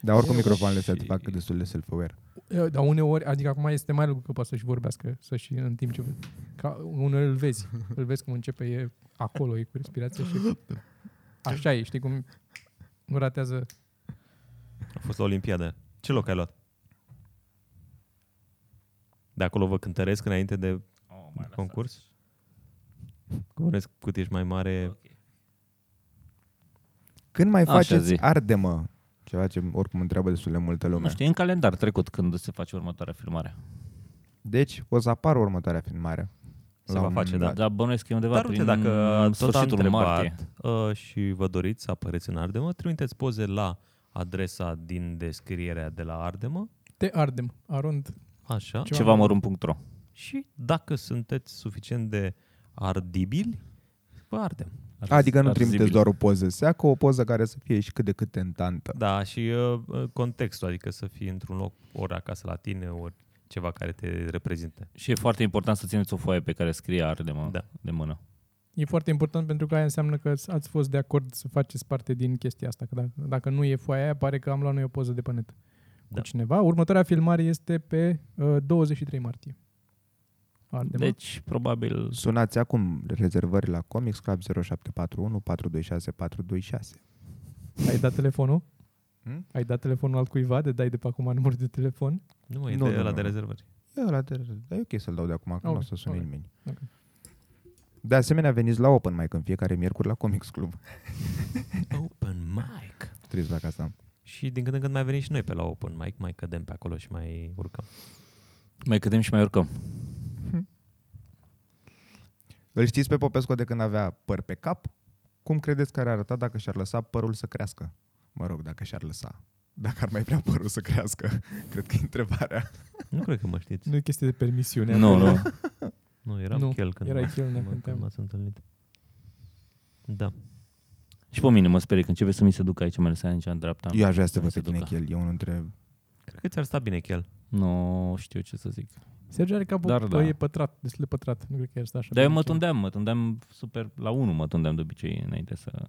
[SPEAKER 5] Da, oricum
[SPEAKER 1] Eu
[SPEAKER 5] microfoanele
[SPEAKER 1] și-
[SPEAKER 5] se fac destul de self-aware.
[SPEAKER 4] E, Dar uneori, adică acum este mai lucru că poate să-și vorbească, să-și în timp ce... Ca uneori îl vezi, îl vezi cum începe, e acolo, e cu respirație și...
[SPEAKER 1] Da.
[SPEAKER 4] Așa e, știi cum nu ratează...
[SPEAKER 2] A fost la Olimpiadă. Ce loc ai luat? De acolo vă cântăresc înainte de concurs? Concurs cât ești mai mare.
[SPEAKER 5] Când mai
[SPEAKER 1] Așa zi.
[SPEAKER 5] faceți arde-mă? Ceva ce oricum întreabă destul de multă lume.
[SPEAKER 1] Nu știu, e în calendar trecut când se face următoarea filmare.
[SPEAKER 5] Deci o să apară următoarea filmare.
[SPEAKER 2] Se
[SPEAKER 5] La
[SPEAKER 2] va
[SPEAKER 5] un
[SPEAKER 2] face,
[SPEAKER 5] moment
[SPEAKER 2] da.
[SPEAKER 5] dat.
[SPEAKER 1] Dar bănuiesc că e undeva
[SPEAKER 2] Dar uite,
[SPEAKER 1] prin
[SPEAKER 2] dacă tot a
[SPEAKER 1] sfârșitul martie.
[SPEAKER 2] întrebat uh, și vă doriți să apăreți în Ardemă, trimiteți poze la adresa din descrierea de la Ardemă.
[SPEAKER 4] Te ardem, arond.
[SPEAKER 2] Așa.
[SPEAKER 4] Ce-
[SPEAKER 1] Ceva mărunt.ro
[SPEAKER 2] Și dacă sunteți suficient de ardibili, vă ardem.
[SPEAKER 5] Adică nu
[SPEAKER 1] Ar-
[SPEAKER 5] trimiteți
[SPEAKER 1] arzibil.
[SPEAKER 5] doar o poză seacă, o poză care să fie și cât de cât tentantă.
[SPEAKER 2] Da, și uh, uh, contextul, adică să fii într-un loc, ori acasă la tine, ori ceva care te reprezinte.
[SPEAKER 1] Și e foarte important să țineți o foaie pe care scrie ar de, mă,
[SPEAKER 2] Da.
[SPEAKER 1] de mână.
[SPEAKER 4] E foarte important pentru că aia înseamnă că ați fost de acord să faceți parte din chestia asta. Că dacă, dacă nu e foaia aia, pare că am luat noi o poză de pe net
[SPEAKER 2] Da.
[SPEAKER 4] cu cineva. Următoarea filmare este pe uh, 23 martie. Ardem.
[SPEAKER 1] Deci, probabil,
[SPEAKER 5] Sunați acum rezervări la Comics Club 0741 426 426.
[SPEAKER 4] Ai dat telefonul?
[SPEAKER 5] Hmm?
[SPEAKER 4] Ai dat telefonul altcuiva de dai de pe acum numărul de telefon?
[SPEAKER 2] Nu, mă, e
[SPEAKER 5] Nu,
[SPEAKER 2] de
[SPEAKER 5] nu,
[SPEAKER 2] la
[SPEAKER 5] nu,
[SPEAKER 2] de
[SPEAKER 5] nu.
[SPEAKER 2] rezervări.
[SPEAKER 5] E ăla de, dar e ok să-l dau de acum, că nu o
[SPEAKER 4] Ok,
[SPEAKER 5] să sune
[SPEAKER 4] ok.
[SPEAKER 5] nimeni.
[SPEAKER 4] Ok.
[SPEAKER 5] De asemenea, veniți la Open Mic în fiecare miercuri la Comics Club. (laughs)
[SPEAKER 2] Open mic.
[SPEAKER 5] Trebuie să fac asta.
[SPEAKER 2] Și din când în când mai venim și noi pe la open mic, mai cădem pe acolo și mai urcăm.
[SPEAKER 1] Mai cădem și mai urcăm.
[SPEAKER 5] Îl știți pe Popescu de când avea păr pe cap? Cum credeți că ar arăta dacă și-ar lăsa părul să crească? Mă rog, dacă și-ar lăsa. Dacă ar mai vrea părul să crească. (laughs) Cred că e întrebarea.
[SPEAKER 2] Nu cred că mă știți.
[SPEAKER 4] Nu e chestie de permisiune. adică
[SPEAKER 1] Nu,
[SPEAKER 4] (laughs)
[SPEAKER 1] nu.
[SPEAKER 2] Nu, eram
[SPEAKER 4] Nu,
[SPEAKER 2] chel când,
[SPEAKER 4] erai
[SPEAKER 2] m-ați-
[SPEAKER 4] chel, ne
[SPEAKER 2] mă-
[SPEAKER 4] cântam.
[SPEAKER 2] când m-ați întâlnit. Da.
[SPEAKER 1] Și pe mine mă sperie că începe să mi se ducă aici, mai ales aici în
[SPEAKER 4] Da.
[SPEAKER 1] dreapta.
[SPEAKER 5] Eu aș vrea să te
[SPEAKER 1] Nu
[SPEAKER 5] văd
[SPEAKER 1] se
[SPEAKER 5] pe tine,
[SPEAKER 1] ducă.
[SPEAKER 5] Chel. Eu nu întreb.
[SPEAKER 2] Cred că ți-ar sta bine chel.
[SPEAKER 1] Nu știu ce să zic.
[SPEAKER 4] Sergiu are capul,
[SPEAKER 1] Dar
[SPEAKER 4] Dar,
[SPEAKER 1] da.
[SPEAKER 4] da. e pătrat, destul de pătrat. Nu cred că el stă așa.
[SPEAKER 1] Dar eu
[SPEAKER 4] pe
[SPEAKER 1] mă
[SPEAKER 4] cel.
[SPEAKER 1] tundeam, mă tundeam super la 1, mă tundeam de obicei înainte să...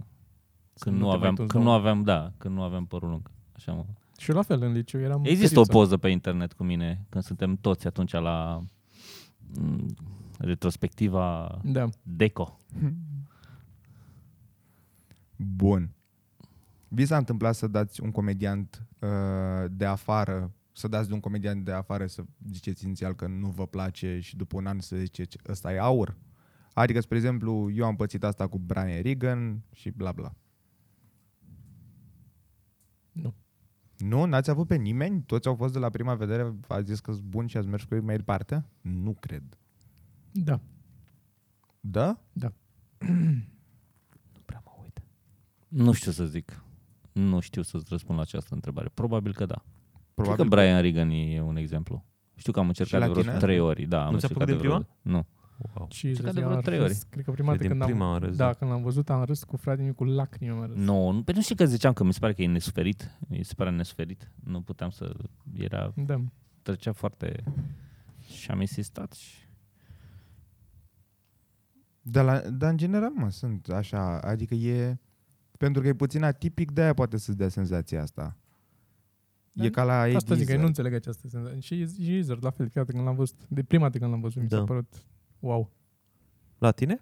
[SPEAKER 1] Când
[SPEAKER 4] nu
[SPEAKER 1] nu,
[SPEAKER 4] te mai
[SPEAKER 1] aveam,
[SPEAKER 4] tunzi Mm,
[SPEAKER 1] când
[SPEAKER 4] la
[SPEAKER 1] nu aveam, da, când nu aveam părul lung. Așa mă.
[SPEAKER 4] Și eu la fel în liceu eram...
[SPEAKER 1] Există o
[SPEAKER 4] periuță.
[SPEAKER 1] poză pe internet cu mine, când suntem toți atunci la m, retrospectiva
[SPEAKER 4] Da.
[SPEAKER 1] Deco.
[SPEAKER 5] Bun. Vi s-a întâmplat să dați un comediant uh, de afară, să dați de un comediant de afară să ziceți inițial că nu vă place și după un an să ziceți ăsta e aur? Adică, spre exemplu, eu am pățit asta cu Brian Regan și bla bla.
[SPEAKER 4] Nu.
[SPEAKER 5] Nu? N-ați avut pe nimeni? Toți au fost de la prima vedere, ați zis că sunt bun și ați mers cu ei mai departe? Nu cred.
[SPEAKER 4] Da.
[SPEAKER 5] Da?
[SPEAKER 1] Nu știu să zic. Nu știu să-ți răspund la această întrebare. Probabil că da. Probabil
[SPEAKER 5] Probabil.
[SPEAKER 1] Cred că Brian Regan e un exemplu. Știu că am încercat
[SPEAKER 5] la
[SPEAKER 1] de vreo
[SPEAKER 5] tine?
[SPEAKER 1] trei ori. Da, am
[SPEAKER 2] Nu ți-a
[SPEAKER 1] încercat
[SPEAKER 2] plăcut
[SPEAKER 1] de vreo...
[SPEAKER 2] din prima?
[SPEAKER 1] Nu.
[SPEAKER 2] Wow.
[SPEAKER 4] Și
[SPEAKER 1] Cred că de vreo trei ori.
[SPEAKER 4] Cred că prima dată
[SPEAKER 2] din
[SPEAKER 4] când
[SPEAKER 2] prima
[SPEAKER 4] am...
[SPEAKER 2] am râs,
[SPEAKER 4] Da,
[SPEAKER 2] da.
[SPEAKER 4] când l-am văzut, am râs cu fratele meu cu lacrimi am râs.
[SPEAKER 1] Nu, Păi nu, pe nu știu că ziceam că mi se pare că e nesuferit. Mi se pare nesuferit. Nu puteam să... Era...
[SPEAKER 4] Da.
[SPEAKER 1] Trecea foarte... Și am insistat și...
[SPEAKER 5] Dar, la, dar în general, mă, sunt așa, adică e... Pentru că e puțin atipic, de-aia poate să-ți dea senzația asta.
[SPEAKER 4] Da,
[SPEAKER 5] e ca la Ed
[SPEAKER 4] Asta zic, că eu
[SPEAKER 5] Geezer.
[SPEAKER 4] nu înțeleg această senzație. Și, și Izard, la fel, fiecare dată când l-am văzut, de prima dată când l-am văzut, mi s-a
[SPEAKER 2] Da.
[SPEAKER 4] părut wow.
[SPEAKER 2] La tine?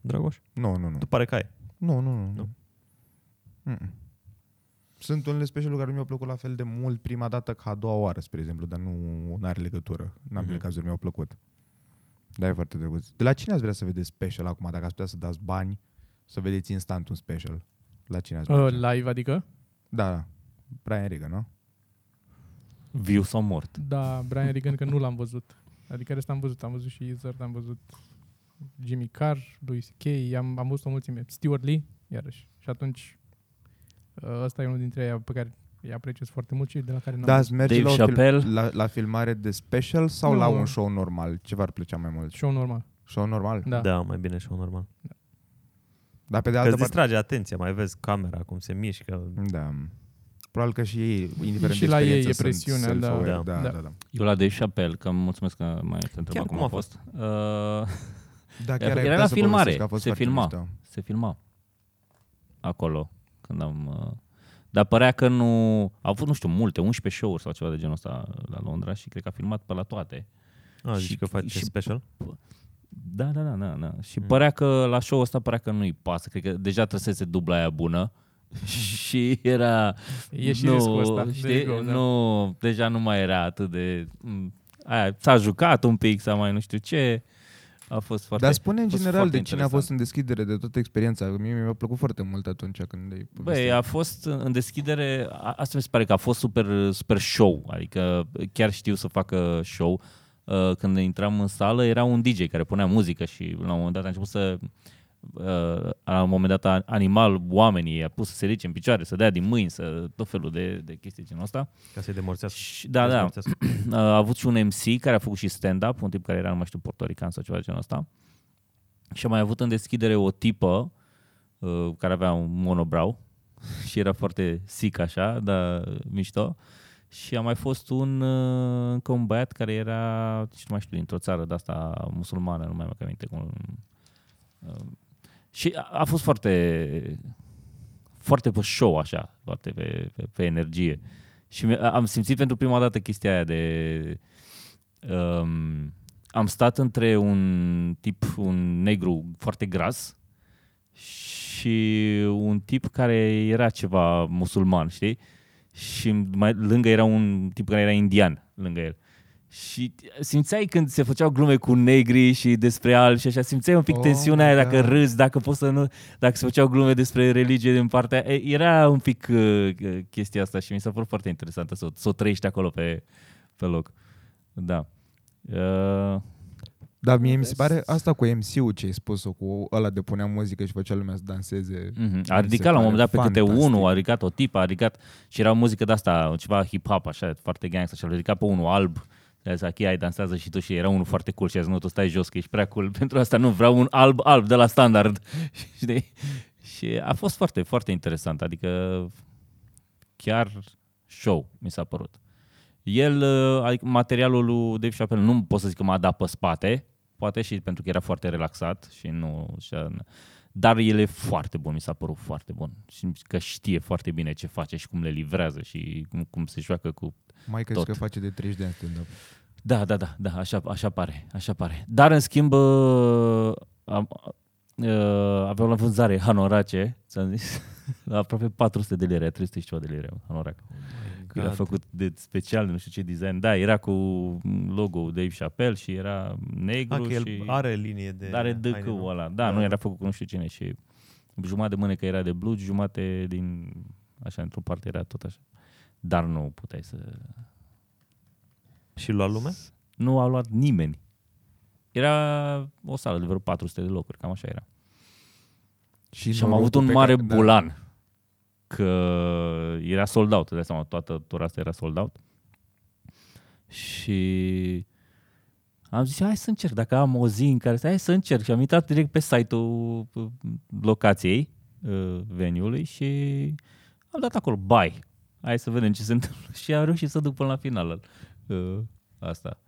[SPEAKER 2] Dragoș?
[SPEAKER 5] Nu, nu, nu.
[SPEAKER 2] Tu pare că ai.
[SPEAKER 5] Nu, nu, nu. nu.
[SPEAKER 2] Nu.
[SPEAKER 5] Mm-mm. Sunt unele specialuri care mi-au plăcut la fel de mult prima dată ca a doua oară, spre exemplu, dar nu are legătură. N-am
[SPEAKER 2] Mhm.
[SPEAKER 5] mm-hmm. cazuri, mi-au plăcut. Da, e foarte drăguț. De la cine ați vrea să vedeți special acum, dacă ați putea să dați bani, să vedeți instant un special? La cine ați vrea?
[SPEAKER 4] Uh,
[SPEAKER 5] la...
[SPEAKER 4] live, adică?
[SPEAKER 5] Da, da. Brian Regan, nu?
[SPEAKER 1] Viu sau mort.
[SPEAKER 4] Da, Brian Regan, că nu l-am văzut. Adică rest am văzut. Am văzut și Izard, am văzut Jimmy Carr, Louis C.K., am, am văzut o mulțime. Stuart Lee, iarăși. Și atunci, uh, ăsta e unul dintre ei pe care îi apreciez foarte mult și de la care n-am
[SPEAKER 5] Da,
[SPEAKER 4] văzut.
[SPEAKER 5] ați merge
[SPEAKER 1] Dave
[SPEAKER 5] la, o
[SPEAKER 1] Chappelle?
[SPEAKER 5] fil- la, la filmare de special sau
[SPEAKER 4] Nu.
[SPEAKER 5] nu. la un show normal? Ce v-ar plăcea mai mult?
[SPEAKER 4] show normal.
[SPEAKER 5] Show normal?
[SPEAKER 4] Da. da.
[SPEAKER 2] da mai bine și o normal.
[SPEAKER 5] Dar pe de
[SPEAKER 2] Că
[SPEAKER 5] altă
[SPEAKER 2] îți
[SPEAKER 5] parte...
[SPEAKER 2] distrage atenția, mai vezi camera, cum se mișcă.
[SPEAKER 5] Da. Probabil că și ei, indiferent
[SPEAKER 4] Și
[SPEAKER 5] de
[SPEAKER 4] la ei
[SPEAKER 5] experiență,
[SPEAKER 4] e
[SPEAKER 5] sunt
[SPEAKER 4] presiunea, da.
[SPEAKER 5] self-aware.
[SPEAKER 2] Da.
[SPEAKER 5] Da,
[SPEAKER 4] Da.
[SPEAKER 5] da, da. da.
[SPEAKER 1] Eu la Dave Chappelle, că mulțumesc că m-ai întrebat
[SPEAKER 2] Chiar
[SPEAKER 1] cum,
[SPEAKER 2] cum
[SPEAKER 1] a
[SPEAKER 2] a
[SPEAKER 1] fost. Uh,
[SPEAKER 5] Da,
[SPEAKER 1] Era-
[SPEAKER 5] chiar ai
[SPEAKER 1] era
[SPEAKER 5] putea
[SPEAKER 1] la
[SPEAKER 5] să
[SPEAKER 1] filmare,
[SPEAKER 5] povestești că a fost
[SPEAKER 1] se
[SPEAKER 5] foarte
[SPEAKER 1] filma.
[SPEAKER 5] mișto.
[SPEAKER 1] se filma acolo când am... uh, Dar părea că nu... Au avut, nu știu, multe, 11 show-uri sau ceva de genul ăsta la Londra și cred că a filmat pe la toate.
[SPEAKER 2] A, zici
[SPEAKER 1] Și-
[SPEAKER 2] că faci
[SPEAKER 1] și-
[SPEAKER 2] special?
[SPEAKER 1] Da, da, da, da, da. Și
[SPEAKER 2] Mm.
[SPEAKER 1] părea că la show-ul ăsta părea că nu-i pasă. Cred că deja trăsese dubla aia bună (laughs) și era...
[SPEAKER 4] E și
[SPEAKER 1] nu,
[SPEAKER 4] riscul ăsta.
[SPEAKER 1] Știi?
[SPEAKER 4] Știi? Go, da.
[SPEAKER 1] nu, deja nu mai era atât de... m, Aia, s-a jucat un pic, s-a mai nu știu ce. A fost foarte...
[SPEAKER 5] Dar spune în
[SPEAKER 1] a fost
[SPEAKER 5] general
[SPEAKER 1] foarte
[SPEAKER 5] de cine a
[SPEAKER 1] interesant.
[SPEAKER 5] fost în deschidere de toată experiența. Mie mi-a plăcut foarte mult atunci când ai
[SPEAKER 1] Băi,
[SPEAKER 5] povestit.
[SPEAKER 1] a fost în deschidere, a- asta mi se pare că a fost super, super show, adică chiar știu să facă show. Uh, Când intram în sală era un DJ care punea muzică și la un moment dat a început să, uh, la un moment dat a- animal oamenii, i-a pus să se ridice în picioare, să dea din mâini, să tot felul de, de chestii genul ăsta.
[SPEAKER 2] Ca să-i demorțească.
[SPEAKER 1] Și, da, da,
[SPEAKER 2] Dezmorțească.
[SPEAKER 1] (clears throat) a avut și un MC care a făcut și stand-up, un tip care era, nu mai știu, portorican sau ceva de genul ăsta. Și a mai avut în deschidere o tipă uh, care avea un monobrau (laughs) și era foarte sic așa, dar mișto. Și a mai fost un uh, încă un băiat care era, nici nu mai știu, dintr-o țară de asta musulmană, nu mai am aminte cum. Uh, și a, a fost foarte foarte pe show așa, foarte pe, pe, pe energie. Și mi- am simțit pentru prima dată chestia aia de... Um, am stat între un tip, un negru foarte gras și un tip care era ceva musulman, știi? Și mai, lângă era un tip care era indian, lângă el. Și simțeai când se făceau glume cu negri și despre albi și așa, simțeai un pic
[SPEAKER 5] Oh
[SPEAKER 1] tensiunea
[SPEAKER 5] my
[SPEAKER 1] aia dacă
[SPEAKER 5] God.
[SPEAKER 1] râzi, dacă poți să nu, dacă se făceau glume despre religie din partea... e, Era un pic uh, chestia asta și mi s-a părut foarte interesantă să, o- să o trăiești acolo pe, pe loc. Da. Uh,
[SPEAKER 5] Dar mie mi se pare asta cu MC-ul ce ai spus-o, cu ăla de punea muzică și făcea lumea să danseze.
[SPEAKER 1] mhm. A
[SPEAKER 5] Mi se
[SPEAKER 1] ridicat la un moment dat pe
[SPEAKER 5] pare
[SPEAKER 1] câte
[SPEAKER 5] fantastic.
[SPEAKER 1] unul, a ridicat o tipă, a ridicat și era muzică de asta, ceva hip-hop, așa, foarte gangsta, și a ridicat pe unul alb. Le-a zis, Achia, ai dansează și tu și era unul foarte cool și a zis, nu, tu stai jos, că ești prea cool, (laughs) pentru asta nu vreau un alb-alb de la standard. (laughs) Știi? și a fost foarte, foarte interesant, adică chiar show mi s-a părut. El, uh, adică materialul lui Dave Chappelle, nu pot să zic că m-a dat pe spate, poate și pentru că era foarte relaxat și nu... Și a, dar el e foarte bun, mi s-a părut foarte bun. Și că știe foarte bine ce face și cum le livrează și cum, cum se joacă cu...
[SPEAKER 5] Mai că
[SPEAKER 1] Tot.
[SPEAKER 5] că face de 30 de ani stand-up.
[SPEAKER 1] Da, da, da, da așa, așa pare, așa pare. Dar în schimb, uh, am, uh, aveam la vânzare hanorace, ți-am zis, (laughs) la aproape 400 de lire, 300 și ceva de lire, hanorac.
[SPEAKER 2] Oh,
[SPEAKER 1] Că era făcut de special, nu știu ce design. Da, era cu logo Dave Chappelle și era
[SPEAKER 2] A,
[SPEAKER 1] negru
[SPEAKER 2] Ah, că
[SPEAKER 1] și...
[SPEAKER 2] el are linie de...
[SPEAKER 1] Dar are
[SPEAKER 2] haine, nu?
[SPEAKER 1] dâcâul ăla. Da, nu era făcut cu nu știu cine și jumătate de mânecă era de blut, jumate din... Așa, într-o parte era tot așa. Dar nu puteai să...
[SPEAKER 2] Și lua lume?
[SPEAKER 1] Nu a luat nimeni. Era o sală de vreo 400 de locuri, cam așa era. Și am
[SPEAKER 5] norocul
[SPEAKER 1] avut un
[SPEAKER 5] pe
[SPEAKER 1] mare
[SPEAKER 5] care- da.
[SPEAKER 1] bulan. Că era sold out, îți dai seama, toată tura asta era sold out. Și am zis, hai să încerc, dacă am o zi în care să, hai să încerc. Și am intrat direct pe site-ul uh, locației, uh, venue-ului și am dat acolo, bai, hai să vedem ce se (laughs) întâmplă. Și am reușit să duc până la final uh, asta.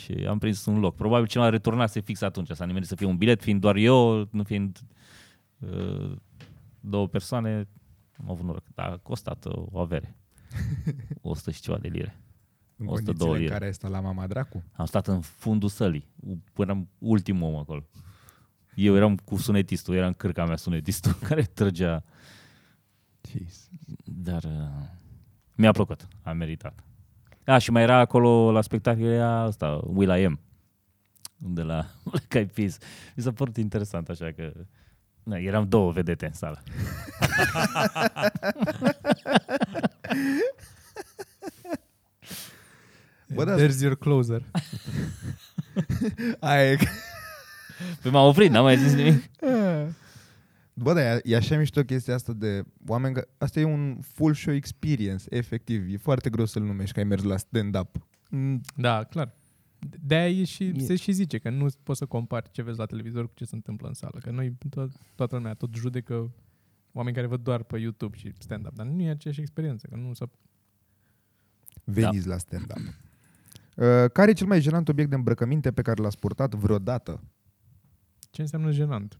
[SPEAKER 1] Și am prins un loc. Probabil cineva returnase fix atunci, s-a nimerit să fie un bilet, fiind doar eu, nu fiind uh, două persoane, am avut noroc, dar a costat uh, o avere. 100 și ceva de lire.
[SPEAKER 5] În
[SPEAKER 1] 102
[SPEAKER 5] condițiile în
[SPEAKER 1] lire.
[SPEAKER 5] care este la mama dracu.
[SPEAKER 1] Am stat în fundul sălii, U- eram ultimul om acolo. Eu eram cu sunetistul, eram cârca mea sunetistul (laughs) care trăgea, dar uh, mi-a plăcut, a meritat. A, și mai era acolo la spectacol era asta, Will I Am, de la (laughs) Black Eyed Peas. Mi s-a părut interesant așa că na, eram două vedete în sală.
[SPEAKER 5] Bă, da,
[SPEAKER 4] There's your closer.
[SPEAKER 5] (laughs) aia e
[SPEAKER 1] Păi m-am oprit, n-am mai zis nimic.
[SPEAKER 5] Bă, dar e- e așa mișto chestia asta de oameni că Asta e un full show experience, efectiv. E foarte greu să-l numești că ai mers la stand-up. Mm,
[SPEAKER 4] Da, clar. De-aia e și,
[SPEAKER 5] E-
[SPEAKER 4] se și zice că nu poți să compari ce vezi la televizor cu ce se întâmplă în sală. Că noi, to- toată lumea, tot judecă oameni care văd doar pe YouTube și stand-up. Dar nu e aceeași experiență. Că nu se...
[SPEAKER 5] Veniți
[SPEAKER 1] Da.
[SPEAKER 5] la stand-up. Uh, care e cel mai jenant obiect de îmbrăcăminte pe care l-ați purtat vreodată?
[SPEAKER 4] Ce înseamnă jenant?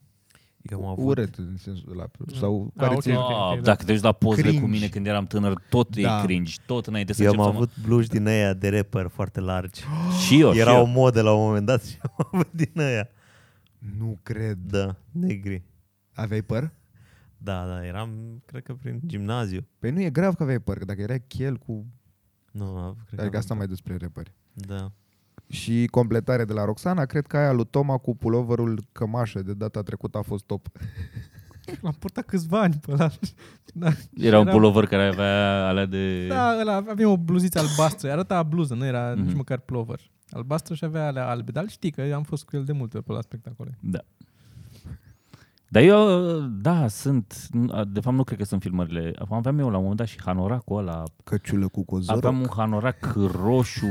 [SPEAKER 4] (laughs)
[SPEAKER 2] Eu am avut...
[SPEAKER 5] Urât, în sensul ăla.
[SPEAKER 1] Mm.
[SPEAKER 5] Sau
[SPEAKER 4] Ah,
[SPEAKER 5] care
[SPEAKER 4] ok.
[SPEAKER 5] ți
[SPEAKER 4] Da,
[SPEAKER 1] Ah,
[SPEAKER 4] da.
[SPEAKER 1] dacă te uiți la pozele cu
[SPEAKER 5] Cringe.
[SPEAKER 1] mine când eram tânăr, tot
[SPEAKER 5] Da.
[SPEAKER 1] e cringe, tot înainte să
[SPEAKER 2] Eu am
[SPEAKER 1] încep să mă-
[SPEAKER 2] avut blugi din aia de rapper foarte largi.
[SPEAKER 1] Și eu, și
[SPEAKER 2] Era
[SPEAKER 1] eu.
[SPEAKER 2] o modă la un moment dat și (laughs) am avut din aia.
[SPEAKER 5] Nu cred.
[SPEAKER 2] Da, negri.
[SPEAKER 5] Aveai păr?
[SPEAKER 2] Da, da, eram, cred că prin gimnaziu.
[SPEAKER 5] Păi nu e grav că aveai păr, că dacă era chel cu...
[SPEAKER 2] Nu, a- cred
[SPEAKER 5] Adică
[SPEAKER 2] că...
[SPEAKER 5] asta mai despre repări.
[SPEAKER 2] Da.
[SPEAKER 5] Și completare de la Roxana, cred că aia lui Toma cu puloverul cămașă de data trecută a fost top.
[SPEAKER 4] L-am purtat câțiva ani pe ăla. (laughs) Da.
[SPEAKER 1] Era un pulover care avea alea de...
[SPEAKER 4] Da, ăla, avem o bluziță albastră. Arăta bluză, nu era mm-hmm. nici
[SPEAKER 1] Mhm.
[SPEAKER 4] măcar plover. Albastră și avea alea albe. Dar știi că am fost cu el de multe pe la spectacole.
[SPEAKER 1] Da. Dar eu, da, sunt, de fapt nu cred că sunt filmările. Aveam eu la un moment dat și hanoracul ăla.
[SPEAKER 5] Căciulă cu cozor.
[SPEAKER 1] Aveam un hanorac roșu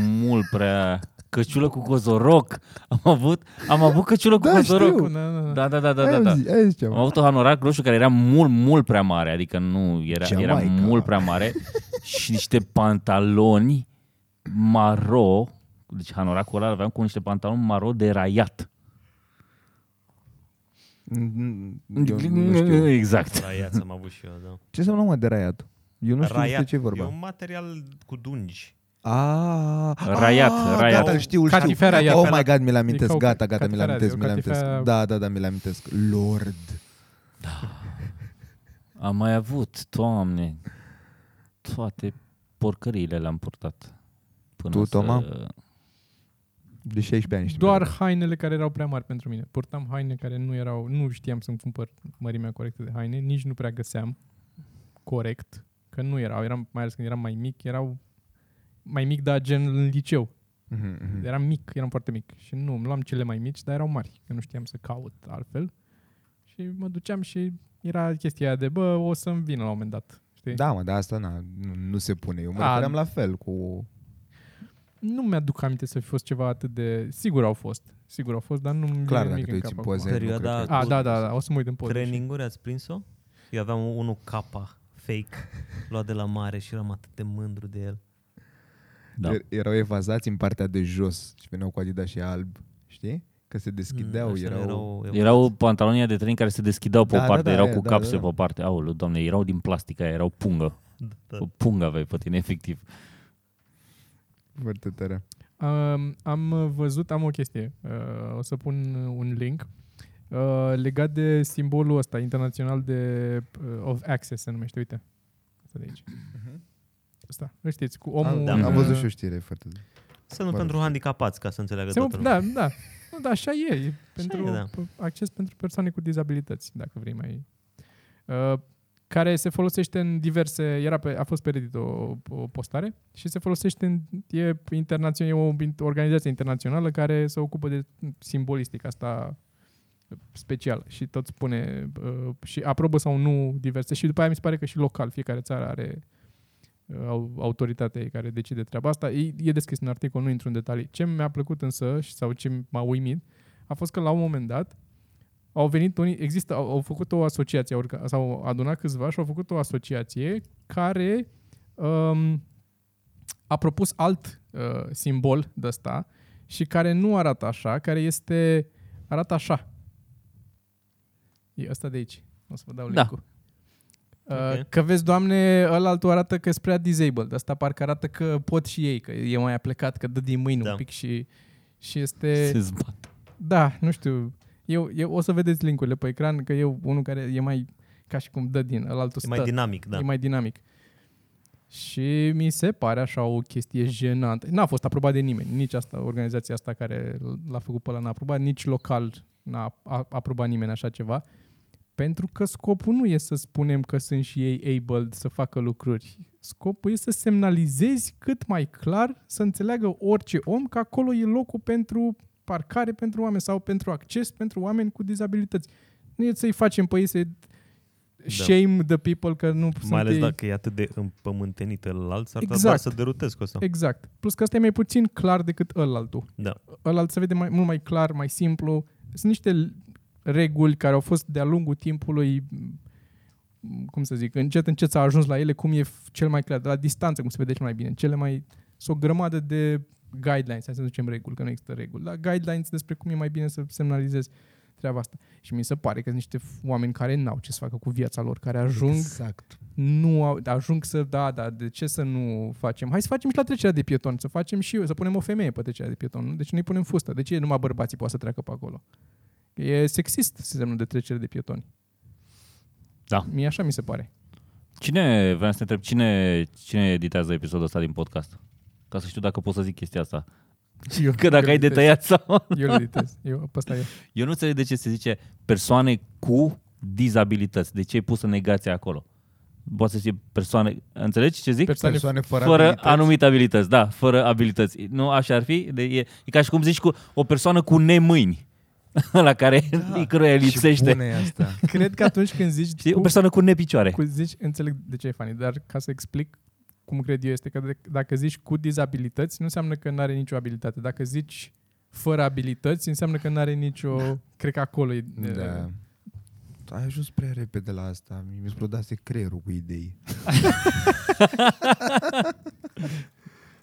[SPEAKER 1] mult prea... Căciulă cu cozoroc. Am avut, am avut căciulă cu
[SPEAKER 5] Da,
[SPEAKER 1] cozoroc.
[SPEAKER 5] știu.
[SPEAKER 4] Da, da, da.
[SPEAKER 1] Da, da, da, da, da, da.
[SPEAKER 5] Aia ziceam.
[SPEAKER 1] Am avut un hanorac roșu care era mult, mult prea mare, adică nu, era, era
[SPEAKER 5] Jamaica.
[SPEAKER 1] mult prea mare (laughs) și niște pantaloni maro, deci hanoracul ăla îl aveam cu niște pantaloni maro de raiat.
[SPEAKER 5] Mm, Eu nu
[SPEAKER 1] (laughs)
[SPEAKER 5] știu.
[SPEAKER 1] Exact.
[SPEAKER 2] Raiat am avut și eu,
[SPEAKER 5] (laughs)
[SPEAKER 2] da.
[SPEAKER 5] Ce înseamnă mă de raiat? Eu nu știu despre ce e
[SPEAKER 2] E
[SPEAKER 5] vorba.
[SPEAKER 2] un material cu dungi.
[SPEAKER 5] Ah,
[SPEAKER 1] Raiat,
[SPEAKER 5] ah,
[SPEAKER 1] raiat.
[SPEAKER 5] Gata, îl știu, îl știu.
[SPEAKER 4] Catifea raiat.
[SPEAKER 5] Oh my god, mi-l
[SPEAKER 4] E ca
[SPEAKER 5] amintesc,
[SPEAKER 4] o
[SPEAKER 5] gata, gata, mi-l
[SPEAKER 4] catifea
[SPEAKER 5] amintesc,
[SPEAKER 4] radio,
[SPEAKER 5] mi-l amintesc.
[SPEAKER 4] catifea-
[SPEAKER 5] Da, da, da, mi-l amintesc. Lord.
[SPEAKER 1] Am mai avut, doamne, toate porcăriile le-am purtat. Până
[SPEAKER 5] Tu,
[SPEAKER 1] să...
[SPEAKER 5] Toma? De 16 ani știu.
[SPEAKER 4] Doar hainele care erau prea mari pentru mine. Purtam haine care nu erau, nu știam să-mi cumpăr mărimea corectă de haine, nici nu prea găseam corect, că nu erau, eram, mai ales când eram mai mic, erau mai mic, dar gen în liceu.
[SPEAKER 5] Mhm, mhm.
[SPEAKER 4] Eram mic, eram foarte mic și nu, îmi luam cele mai mici, dar erau mari, că nu știam să caut altfel. Și mă duceam și era chestia aia de, bă, o să-mi vină la un moment dat. Știi?
[SPEAKER 5] Da, mă, dar asta na, nu, nu se pune. Eu mă
[SPEAKER 4] A.
[SPEAKER 5] refeream la fel cu...
[SPEAKER 4] Nu mi-aduc aminte să fi fost ceva atât de... Sigur au fost, sigur au fost, dar nu mi
[SPEAKER 5] Clar, dacă
[SPEAKER 4] nimic
[SPEAKER 5] te
[SPEAKER 4] în
[SPEAKER 5] uiți
[SPEAKER 4] cap
[SPEAKER 5] în
[SPEAKER 4] acum.
[SPEAKER 5] poze, nu cred
[SPEAKER 2] Perioada-
[SPEAKER 5] că-
[SPEAKER 4] A, da, da, da, o să mă uit în poze.
[SPEAKER 2] Training-uri ați prins-o? Eu aveam unul capa fake, (laughs) luat de la mare și eram atât de mândru de el.
[SPEAKER 1] Da.
[SPEAKER 5] Er- Erau evazați în partea de jos și veneau cu Adidas și alb, știi? Că se deschideau,
[SPEAKER 2] Ăștia nu
[SPEAKER 5] erau...
[SPEAKER 1] Erau pantalonii de training care se deschideau pe
[SPEAKER 5] Da,
[SPEAKER 1] o
[SPEAKER 5] da,
[SPEAKER 1] parte,
[SPEAKER 5] da,
[SPEAKER 1] erau
[SPEAKER 5] aia,
[SPEAKER 1] cu
[SPEAKER 5] da,
[SPEAKER 1] capse
[SPEAKER 5] da, da.
[SPEAKER 1] pe o parte. Aoleu, doamne, erau din plastic aia, erau pungă.
[SPEAKER 2] Da.
[SPEAKER 1] O pungă aveai pe tine, efectiv.
[SPEAKER 5] Foarte tare.
[SPEAKER 4] Um, am uh, văzut, am o chestie, uh, o să pun uh, un link, uh, legat de simbolul ăsta internațional de uh, of access se numește, uite. Asta de aici. Asta, îl știți, cu omul...
[SPEAKER 5] Am, da,
[SPEAKER 2] în,
[SPEAKER 5] am văzut
[SPEAKER 4] uh,
[SPEAKER 5] și o știre foarte...
[SPEAKER 2] Semnul
[SPEAKER 5] Mă rog.
[SPEAKER 2] pentru handicapați, ca să înțeleagă
[SPEAKER 4] se
[SPEAKER 2] toată
[SPEAKER 4] mă,
[SPEAKER 2] lumea.
[SPEAKER 4] da, da. Nu, da, așa e. e pentru,
[SPEAKER 2] e, da.
[SPEAKER 4] p- Acces pentru persoane cu dizabilități, dacă vrei mai... Uh, care se folosește în diverse... Era pe, a fost pe Reddit o, o postare și se folosește în... E, internațion, e o in- organizație internațională care se ocupă de simbolistic asta special și tot spune uh, și aprobă sau nu diverse și după aia mi se pare că și local fiecare țară are uh, au- autoritatea ei care decide treaba asta. E, e descris în articol, nu intru în detalii. Ce mi-a plăcut însă și- sau ce m-a uimit a fost că la un moment dat au venit unii, există, au, au făcut o asociație, au urca- s-au adunat câțiva și au făcut o asociație care um, a propus alt uh, simbol de ăsta și care nu arată așa, care este, arată așa. E ăsta de aici. O să vă dau
[SPEAKER 1] Da.
[SPEAKER 4] link-ul. Uh,
[SPEAKER 2] Ok.
[SPEAKER 4] Că vezi, doamne, ăla altul arată că e prea disabled. Asta parcă arată că pot și ei, că e mai aplecat, că dă din mâini
[SPEAKER 2] Da.
[SPEAKER 4] un pic și, și este...
[SPEAKER 1] Se zbat.
[SPEAKER 4] Da, nu știu. Eu, eu, o să vedeți linkurile pe ecran, că eu unul care e mai ca și cum dă din, ăla altul
[SPEAKER 2] E
[SPEAKER 4] stă.
[SPEAKER 2] mai dinamic, da.
[SPEAKER 4] e mai dinamic. Și mi se pare așa o chestie jenantă. N-a fost aprobat de nimeni, nici asta, organizația asta care l-a făcut pe ăla n-a aprobat, nici local n-a a- aprobat nimeni așa ceva. Pentru că scopul nu e să spunem că sunt și ei able să facă lucruri. Scopul e să semnalizezi cât mai clar, să înțeleagă orice om că acolo e locul pentru parcare pentru oameni sau pentru acces pentru oameni cu dizabilități. Nu e să-i facem pe ei să
[SPEAKER 2] Da.
[SPEAKER 4] shame the people că nu sunt
[SPEAKER 2] Mai ales
[SPEAKER 4] ei.
[SPEAKER 2] dacă e atât de împământenit ălalt, s-ar exact. doar
[SPEAKER 4] Exact.
[SPEAKER 2] să derutesc ăsta.
[SPEAKER 4] Exact. Plus că ăsta e mai puțin clar decât ălaltul.
[SPEAKER 2] Da.
[SPEAKER 4] Ălalt se vede mai, mult mai clar, mai simplu. Sunt niște l- reguli care au fost de-a lungul timpului, m, cum să zic, încet, încet s-a ajuns la ele, cum e f- cel mai clar, de la distanță, cum se vede cel mai bine, cele mai... Sunt o grămadă de guidelines, hai să nu zicem reguli, că nu există reguli, dar guidelines despre cum e mai bine să semnalizezi treaba asta. Și mi se pare că sunt niște f- oameni care n-au ce să facă cu viața lor, care ajung
[SPEAKER 5] Exact.
[SPEAKER 4] nu au, ajung să, da, da, de ce să nu facem? Hai să facem și la trecerea de pieton, să facem și să punem o femeie pe trecerea de pieton, nu? Deci nu-i punem fusta. De ce numai bărbații poate să treacă pe acolo? E sexist sistemul de trecere de pietoni.
[SPEAKER 1] Da.
[SPEAKER 4] Mie așa mi se pare.
[SPEAKER 1] Cine, vreau să te întreb, cine, cine editează episodul ăsta din podcast? Ca să știu dacă pot să zic chestia asta.
[SPEAKER 4] Eu,
[SPEAKER 1] Că dacă
[SPEAKER 4] eu
[SPEAKER 1] ai
[SPEAKER 4] editez.
[SPEAKER 1] detaliat sau...
[SPEAKER 4] Eu le editez. Eu, pe ăsta eu.
[SPEAKER 1] Eu nu înțeleg de ce se zice persoane cu dizabilități. De ce ai pus negația acolo? Poate să fie persoane... Înțelegi ce zic?
[SPEAKER 4] Persoane
[SPEAKER 5] Persoane fără,
[SPEAKER 1] Fără
[SPEAKER 5] abilități.
[SPEAKER 1] anumite abilități, da, fără abilități. Nu așa ar fi? De, e, e ca și cum zici cu o persoană cu nemâini, (laughs) la care (laughs) da. căruia îi
[SPEAKER 5] Și
[SPEAKER 1] lipsește.
[SPEAKER 5] bună e asta.
[SPEAKER 4] (laughs) Cred că atunci când zici...
[SPEAKER 1] Știi? O
[SPEAKER 4] tu-
[SPEAKER 1] persoană cu nepicioare.
[SPEAKER 4] Cu zici, înțeleg de ce e funny, dar ca să explic cum cred eu este că de- dacă zici cu dizabilități, nu înseamnă că nu are nicio abilitate. Dacă zici fără abilități, înseamnă că nu are nicio... cred că acolo e...
[SPEAKER 5] Da. Ai ajuns prea repede la asta. Mi-mi explodase creierul cu idei.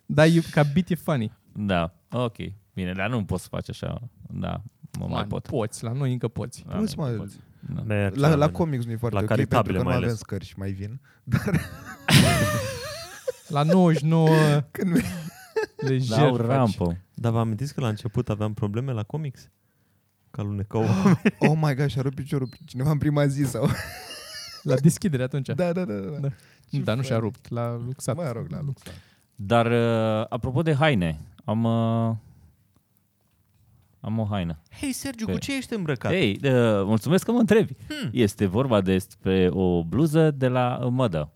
[SPEAKER 4] Dar e, ca bit e funny.
[SPEAKER 1] Da, ok. Bine, dar nu poți să faci așa. Da, mă mai
[SPEAKER 4] Man,
[SPEAKER 1] pot.
[SPEAKER 4] Poți, la noi încă poți.
[SPEAKER 1] Da,
[SPEAKER 5] Poți, mă,
[SPEAKER 1] poți. Da.
[SPEAKER 2] Merg,
[SPEAKER 5] La, la
[SPEAKER 2] oameni.
[SPEAKER 5] comics nu e foarte
[SPEAKER 2] La
[SPEAKER 5] ok,
[SPEAKER 2] caritabile
[SPEAKER 5] pentru că
[SPEAKER 2] mai
[SPEAKER 5] nu
[SPEAKER 2] ales.
[SPEAKER 5] avem scări și mai vin.
[SPEAKER 4] La 99
[SPEAKER 5] Când vin.
[SPEAKER 4] lejer
[SPEAKER 1] Da, au
[SPEAKER 4] faci.
[SPEAKER 1] rampă.
[SPEAKER 2] Dar vă amintiți că la început aveam probleme la comics? Că alunecau.
[SPEAKER 5] Oh my god, și-a rupt piciorul pe cineva în prima zi sau...
[SPEAKER 4] La deschidere atunci. Da,
[SPEAKER 5] Da, da, da, da.
[SPEAKER 4] Da.
[SPEAKER 5] da.
[SPEAKER 4] da nu și-a rupt. La luxat.
[SPEAKER 5] Mă rog, la Luxa.
[SPEAKER 1] Dar, uh, apropo de haine, am... Uh, am o haină.
[SPEAKER 2] (laughs) Hei, Sergiu,
[SPEAKER 1] Pe-
[SPEAKER 2] cu ce ești îmbrăcat?
[SPEAKER 1] Ei, uh, mulțumesc că mă întrebi. Hmm. Este vorba despre o bluză de la Mădă.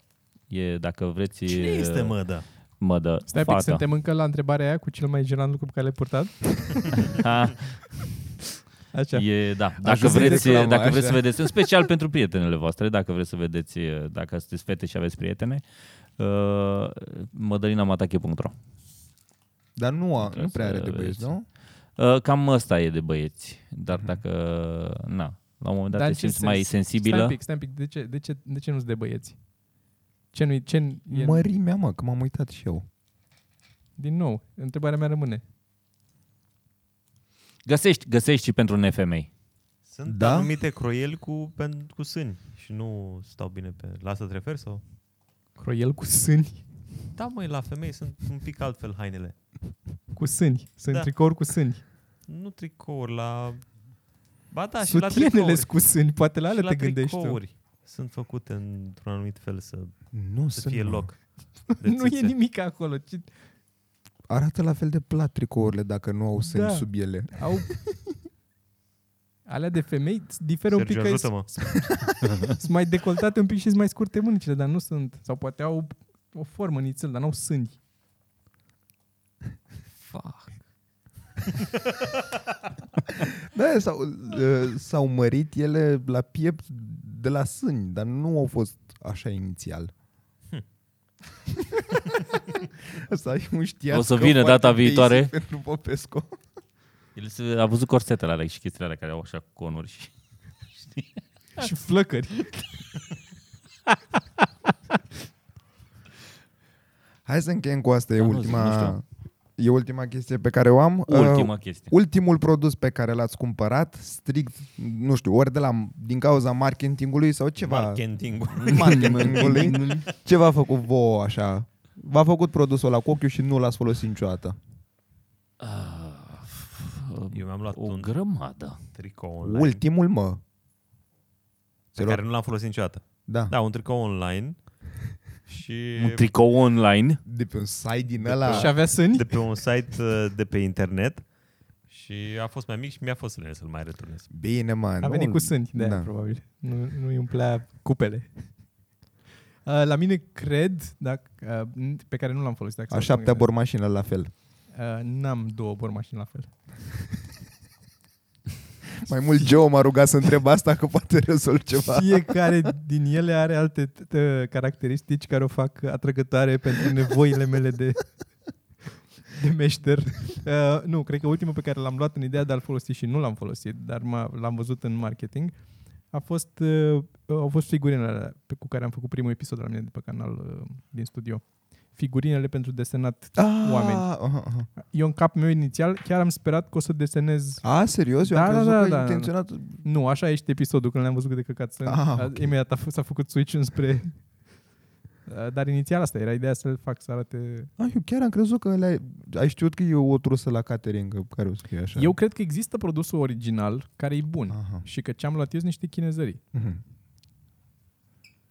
[SPEAKER 1] E, dacă vreți...
[SPEAKER 2] Cine
[SPEAKER 1] uh,
[SPEAKER 2] este, mă, da?
[SPEAKER 1] mother
[SPEAKER 4] Stai
[SPEAKER 1] fata.
[SPEAKER 4] pic, suntem încă la întrebarea aia cu cel mai genant lucru pe care l-ai purtat.
[SPEAKER 1] Ha,
[SPEAKER 5] Așa.
[SPEAKER 1] e, da. Dacă
[SPEAKER 5] Ajuns în
[SPEAKER 1] vreți,
[SPEAKER 5] reclamă,
[SPEAKER 1] dacă vreți
[SPEAKER 5] așa.
[SPEAKER 1] să vedeți, în special pentru prietenele voastre, dacă vreți să vedeți, uh, dacă sunteți fete și aveți prietene, uh, mădălinamatache.ro
[SPEAKER 5] Dar nu, a, nu
[SPEAKER 1] Trebuie
[SPEAKER 5] prea
[SPEAKER 1] să
[SPEAKER 5] are de băieți,
[SPEAKER 1] vedeți.
[SPEAKER 5] nu?
[SPEAKER 1] Uh, Cam ăsta e de băieți, dar dacă, na, la un moment dat
[SPEAKER 4] Mhm. Dar
[SPEAKER 1] te
[SPEAKER 4] în ce
[SPEAKER 1] simți
[SPEAKER 4] sens?
[SPEAKER 1] mai
[SPEAKER 4] Stai
[SPEAKER 1] sensibilă,
[SPEAKER 4] un pic, stai un pic. De ce, de ce, de ce nu sunt de băieți? Ce nu ce e,
[SPEAKER 5] Mărimea, mă, că m-am uitat și eu.
[SPEAKER 4] Din nou, întrebarea mea rămâne.
[SPEAKER 1] găsești, găsești și pentru nefemei.
[SPEAKER 2] Sunt
[SPEAKER 5] Da?
[SPEAKER 2] da? anumite croieli cu, pen, cu sâni și nu stau bine pe... La asta te referi sau?
[SPEAKER 4] Croiel cu sâni.
[SPEAKER 2] Da, măi, la femei sunt un pic altfel hainele.
[SPEAKER 4] Cu sâni. Sunt
[SPEAKER 2] Da.
[SPEAKER 4] da. tricouri cu sâni.
[SPEAKER 2] Nu tricouri, la... Ba da, și la
[SPEAKER 4] Sutienele
[SPEAKER 2] tricouri.
[SPEAKER 4] sunt cu sâni. Poate la
[SPEAKER 2] și
[SPEAKER 4] alea
[SPEAKER 2] la
[SPEAKER 4] te gândești tu.
[SPEAKER 2] tricouri. Sunt făcute într-un anumit fel să,
[SPEAKER 5] Nu
[SPEAKER 2] să fie
[SPEAKER 5] mă.
[SPEAKER 2] loc. de
[SPEAKER 4] (laughs) Nu e
[SPEAKER 2] țâțe.
[SPEAKER 4] nimic acolo. Ci
[SPEAKER 5] Arată la fel de plat tricourile dacă nu au sâni
[SPEAKER 4] Da.
[SPEAKER 5] sub ele.
[SPEAKER 4] au... Alea de femei diferă
[SPEAKER 2] Sergiu,
[SPEAKER 4] un pic că
[SPEAKER 2] ajută-mă.
[SPEAKER 4] sunt mai decoltate un pic și sunt mai scurte mânicile, dar nu sunt. Sau poate au o formă nițel, dar nu au sâni. Fuck.
[SPEAKER 5] Da, s-au, uh, s-au mărit ele la piept de la sâni, dar nu au fost așa (laughs) inițial. Asta e un știaț
[SPEAKER 1] O să
[SPEAKER 5] că
[SPEAKER 1] vină
[SPEAKER 5] foarte
[SPEAKER 1] data
[SPEAKER 5] basic
[SPEAKER 1] viitoare.
[SPEAKER 5] (laughs) Pentru Popescu.
[SPEAKER 1] El se- a văzut corsetele alea și chestiile alea care au așa conuri și...
[SPEAKER 4] Și flăcări.
[SPEAKER 5] Hai să încheiem cu asta, e
[SPEAKER 1] Da, nu, zic, nu
[SPEAKER 5] ultima... E ultima chestie pe care o am.
[SPEAKER 1] Ultima
[SPEAKER 5] Uh,
[SPEAKER 1] chestie.
[SPEAKER 5] ultimul produs pe care l-ați cumpărat, strict, nu știu, ori de la, din cauza marketingului sau ceva.
[SPEAKER 2] Marketingul.
[SPEAKER 5] (laughs) marketingului. (laughs) Ce v-a făcut vouă așa? V-a făcut produsul la cu ochiul și nu l-ați folosit niciodată.
[SPEAKER 2] Eu mi-am luat
[SPEAKER 1] O
[SPEAKER 2] un
[SPEAKER 1] grămadă.
[SPEAKER 2] tricou online.
[SPEAKER 5] Ultimul, mă.
[SPEAKER 2] Pe care nu l-am folosit niciodată.
[SPEAKER 5] Da.
[SPEAKER 2] Da, un tricou online și
[SPEAKER 1] Un tricou online.
[SPEAKER 5] De pe un site din
[SPEAKER 4] Da.
[SPEAKER 5] ăla.
[SPEAKER 4] Și avea sâni.
[SPEAKER 2] de pe un site uh, de pe internet și a fost mai mic și mi-a fost lene să-l mai returnez.
[SPEAKER 5] Bine, mă.
[SPEAKER 4] A venit
[SPEAKER 5] nu-
[SPEAKER 4] cu sâni, de
[SPEAKER 5] Da.
[SPEAKER 4] da. probabil. Nu, nu îi umplea cupele. (laughs) Uh, La mine cred, dacă, uh, n- pe care nu l-am folosit.
[SPEAKER 5] A
[SPEAKER 4] Dacă stau să mă
[SPEAKER 5] șaptea
[SPEAKER 4] gândesc.
[SPEAKER 5] bormașină la
[SPEAKER 4] (laughs)
[SPEAKER 5] fel.
[SPEAKER 4] Uh, N-am două bormașini la fel.
[SPEAKER 5] Mai mult Joe m-a rugat să întreb asta că poate rezolv
[SPEAKER 4] (laughs)
[SPEAKER 5] ceva.
[SPEAKER 4] Fiecare din ele are alte t- t- caracteristici care o fac atrăgătoare pentru nevoile mele de, de meșter. Uh, nu, cred că ultimul pe care l-am luat în ideea de a-l folosi și nu l-am folosit, dar m-a, l-am văzut în marketing, a fost, uh, au fost figurinele alea pe- cu care am făcut primul episod la mine de pe canal uh, din studio. Figurinele pentru desenat.
[SPEAKER 5] Ah,
[SPEAKER 4] oameni.
[SPEAKER 5] aha, aha.
[SPEAKER 4] Eu în capul meu inițial chiar am sperat că o să desenez
[SPEAKER 5] A, serios? Eu
[SPEAKER 4] Da,
[SPEAKER 5] am
[SPEAKER 4] da,
[SPEAKER 5] crezut
[SPEAKER 4] da,
[SPEAKER 5] că
[SPEAKER 4] da, da.
[SPEAKER 5] intenționat...
[SPEAKER 4] nu, așa ești episodul când le-am văzut cât de căcat sunt.
[SPEAKER 5] Ah,
[SPEAKER 4] Ah,
[SPEAKER 5] ok.
[SPEAKER 4] okay. Imediat a f- s-a făcut switch înspre... Uh, Dar inițial asta era ideea să-l fac să arate...
[SPEAKER 5] Ah, eu chiar am crezut că le-ai... ai știut că e o trusă la catering că- care o scrie așa.
[SPEAKER 4] Eu cred că există produsul original care e bun
[SPEAKER 5] Aha.
[SPEAKER 4] și că ce am luat eu sunt niște chinezării.
[SPEAKER 5] Mhm.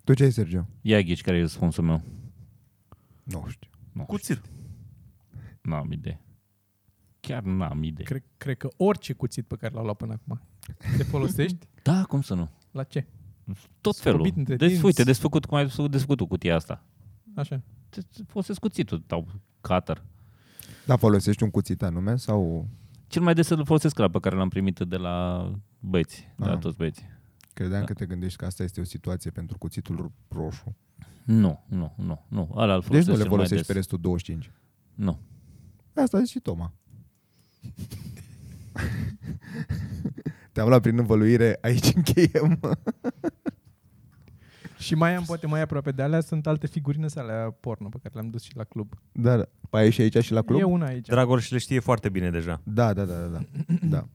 [SPEAKER 5] Tu ce ai, Sergio?
[SPEAKER 1] Ia ghici care e răspunsul meu.
[SPEAKER 5] Nu știu.
[SPEAKER 1] Nu,
[SPEAKER 2] Cuțit.
[SPEAKER 1] n-am idee. Chiar n-am idee.
[SPEAKER 4] Cred, cred că orice cuțit pe care l-au luat până acum te folosești
[SPEAKER 1] Da, cum să nu?
[SPEAKER 4] la ce?
[SPEAKER 1] Tot
[SPEAKER 4] Scobit
[SPEAKER 1] felul.
[SPEAKER 4] între
[SPEAKER 1] Deci,
[SPEAKER 4] dinți.
[SPEAKER 1] uite, desfăcut, cum ai desfăcut tu cutia asta.
[SPEAKER 4] Așa.
[SPEAKER 1] Te- te Folosesc cuțitul sau cutter.
[SPEAKER 5] Dar Da, folosești un cuțit anume sau
[SPEAKER 1] Cel mai des îl folosesc la pe care l-am primit de la băieți, de la
[SPEAKER 5] Ah.
[SPEAKER 1] toți băieții.
[SPEAKER 5] credeam
[SPEAKER 1] Da.
[SPEAKER 5] că te gândești că asta este o situație pentru cuțitul roșu?
[SPEAKER 1] Nu, nu, nu, nu. Ala îl folosesc
[SPEAKER 5] Deci nu le
[SPEAKER 1] cel mai
[SPEAKER 5] folosești
[SPEAKER 1] des.
[SPEAKER 5] pe restul 25.
[SPEAKER 1] Nu.
[SPEAKER 5] Asta zici și Toma. (laughs) Te-am luat prin învăluire, aici încheiem.
[SPEAKER 4] Și mai am, poate mai aproape de alea, sunt alte figurine sale alea porno pe care le-am dus și la club.
[SPEAKER 5] Da, da. Pa, e și aici și la club?
[SPEAKER 4] E una aici.
[SPEAKER 2] Dragoș le știe foarte bine deja.
[SPEAKER 5] Da, da, da, da, da. da.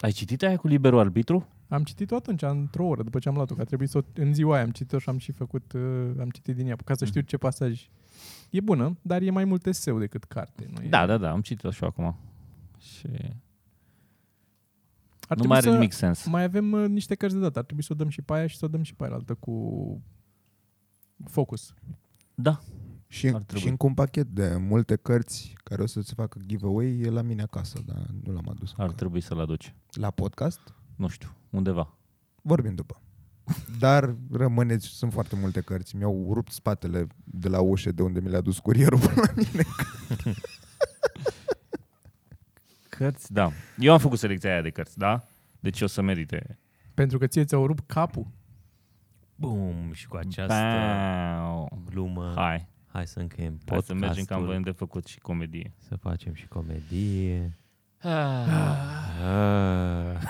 [SPEAKER 1] Ai citit aia cu liberul arbitru?
[SPEAKER 4] Am citit-o atunci, într-o oră, după ce am luat-o, că a trebuit să o, în ziua aia am citit-o și am și făcut, uh, am citit din ea, ca
[SPEAKER 1] Mm.
[SPEAKER 4] să știu ce pasaj. E bună, dar e mai mult eseu decât carte. Nu e?
[SPEAKER 1] Da, da, da, am citit-o și eu acum. Și
[SPEAKER 4] Ar
[SPEAKER 1] nu
[SPEAKER 4] trebui
[SPEAKER 1] mai are
[SPEAKER 4] să,
[SPEAKER 1] nimic sens.
[SPEAKER 4] Mai avem uh, niște cărți de dat, ar trebui să o dăm și pe aia și să o dăm și pe aia altă cu focus.
[SPEAKER 1] Da.
[SPEAKER 5] Și,
[SPEAKER 1] Ar trebui.
[SPEAKER 5] și încă un pachet de multe cărți care o să se facă giveaway e la mine acasă, dar nu l-am adus.
[SPEAKER 1] Ar
[SPEAKER 5] încă.
[SPEAKER 1] trebui să-l aduci.
[SPEAKER 5] La podcast?
[SPEAKER 1] Nu știu, undeva.
[SPEAKER 5] Vorbim după. Dar rămâneți, sunt foarte multe cărți. Mi-au rupt spatele de la ușă de unde mi le-a dus curierul (laughs) până la mine.
[SPEAKER 1] Cărți, da. Eu am făcut selecția aia de cărți, da? Deci o să merite.
[SPEAKER 4] Pentru că ție ți-au rupt capul.
[SPEAKER 2] Bum, și cu această
[SPEAKER 1] Bau.
[SPEAKER 2] glumă. Hai,
[SPEAKER 1] Hai,
[SPEAKER 2] hai să încheiem podcastul.
[SPEAKER 1] hai să mergem că am voie de făcut și comedie.
[SPEAKER 2] Să facem și comedie.
[SPEAKER 1] Ah.
[SPEAKER 2] Ah.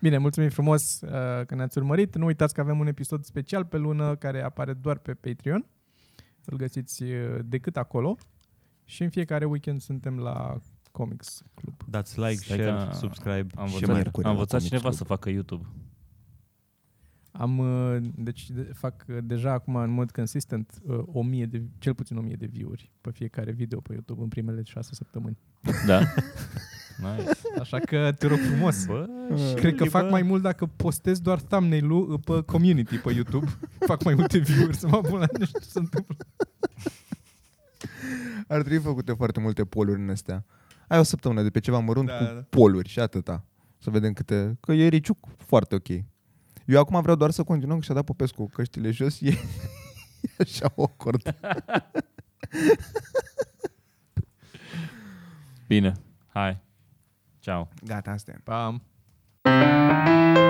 [SPEAKER 4] Bine, mulțumim frumos uh, că ne-ați urmărit. Nu uitați că avem un episod special pe lună care apare doar pe Patreon. Îl găsiți uh, decât acolo. Și în fiecare weekend suntem la Comics Club.
[SPEAKER 2] Dați like,
[SPEAKER 1] Stai
[SPEAKER 2] share,
[SPEAKER 1] că
[SPEAKER 2] subscribe
[SPEAKER 1] Am
[SPEAKER 2] și
[SPEAKER 1] învățat,
[SPEAKER 2] mai
[SPEAKER 5] miercuri
[SPEAKER 1] am
[SPEAKER 5] la
[SPEAKER 1] învățat
[SPEAKER 5] Comics
[SPEAKER 1] cineva
[SPEAKER 5] Club.
[SPEAKER 1] să facă YouTube.
[SPEAKER 4] Am, uh, deci de, fac uh, deja acum în mod consistent uh, 1000 de, cel puțin 1000 de view-uri pe fiecare video pe YouTube în primele șase săptămâni.
[SPEAKER 1] Da.
[SPEAKER 5] (laughs)
[SPEAKER 1] Nice.
[SPEAKER 4] Așa că te rog frumos.
[SPEAKER 2] Bă,
[SPEAKER 4] Cred că fac mai mult dacă postez doar thumbnail-ul uh, pe community pe (laughs) YouTube. fac mai multe view-uri să mă abun la nu știu ce se întâmplă.
[SPEAKER 5] Ar trebui făcute foarte multe poluri în astea. Ai o săptămână de pe ceva mărunt
[SPEAKER 4] Da,
[SPEAKER 5] da, cu
[SPEAKER 4] da.
[SPEAKER 5] poluri și atâta. Să vedem câte... Că e riciuc foarte ok. Eu acum vreau doar să continuăm că și-a dat Popescu căștile jos. E, (laughs) e așa o cordă.
[SPEAKER 1] Bine. Hai. Ciao.
[SPEAKER 5] Gata, asta e.
[SPEAKER 4] Pam.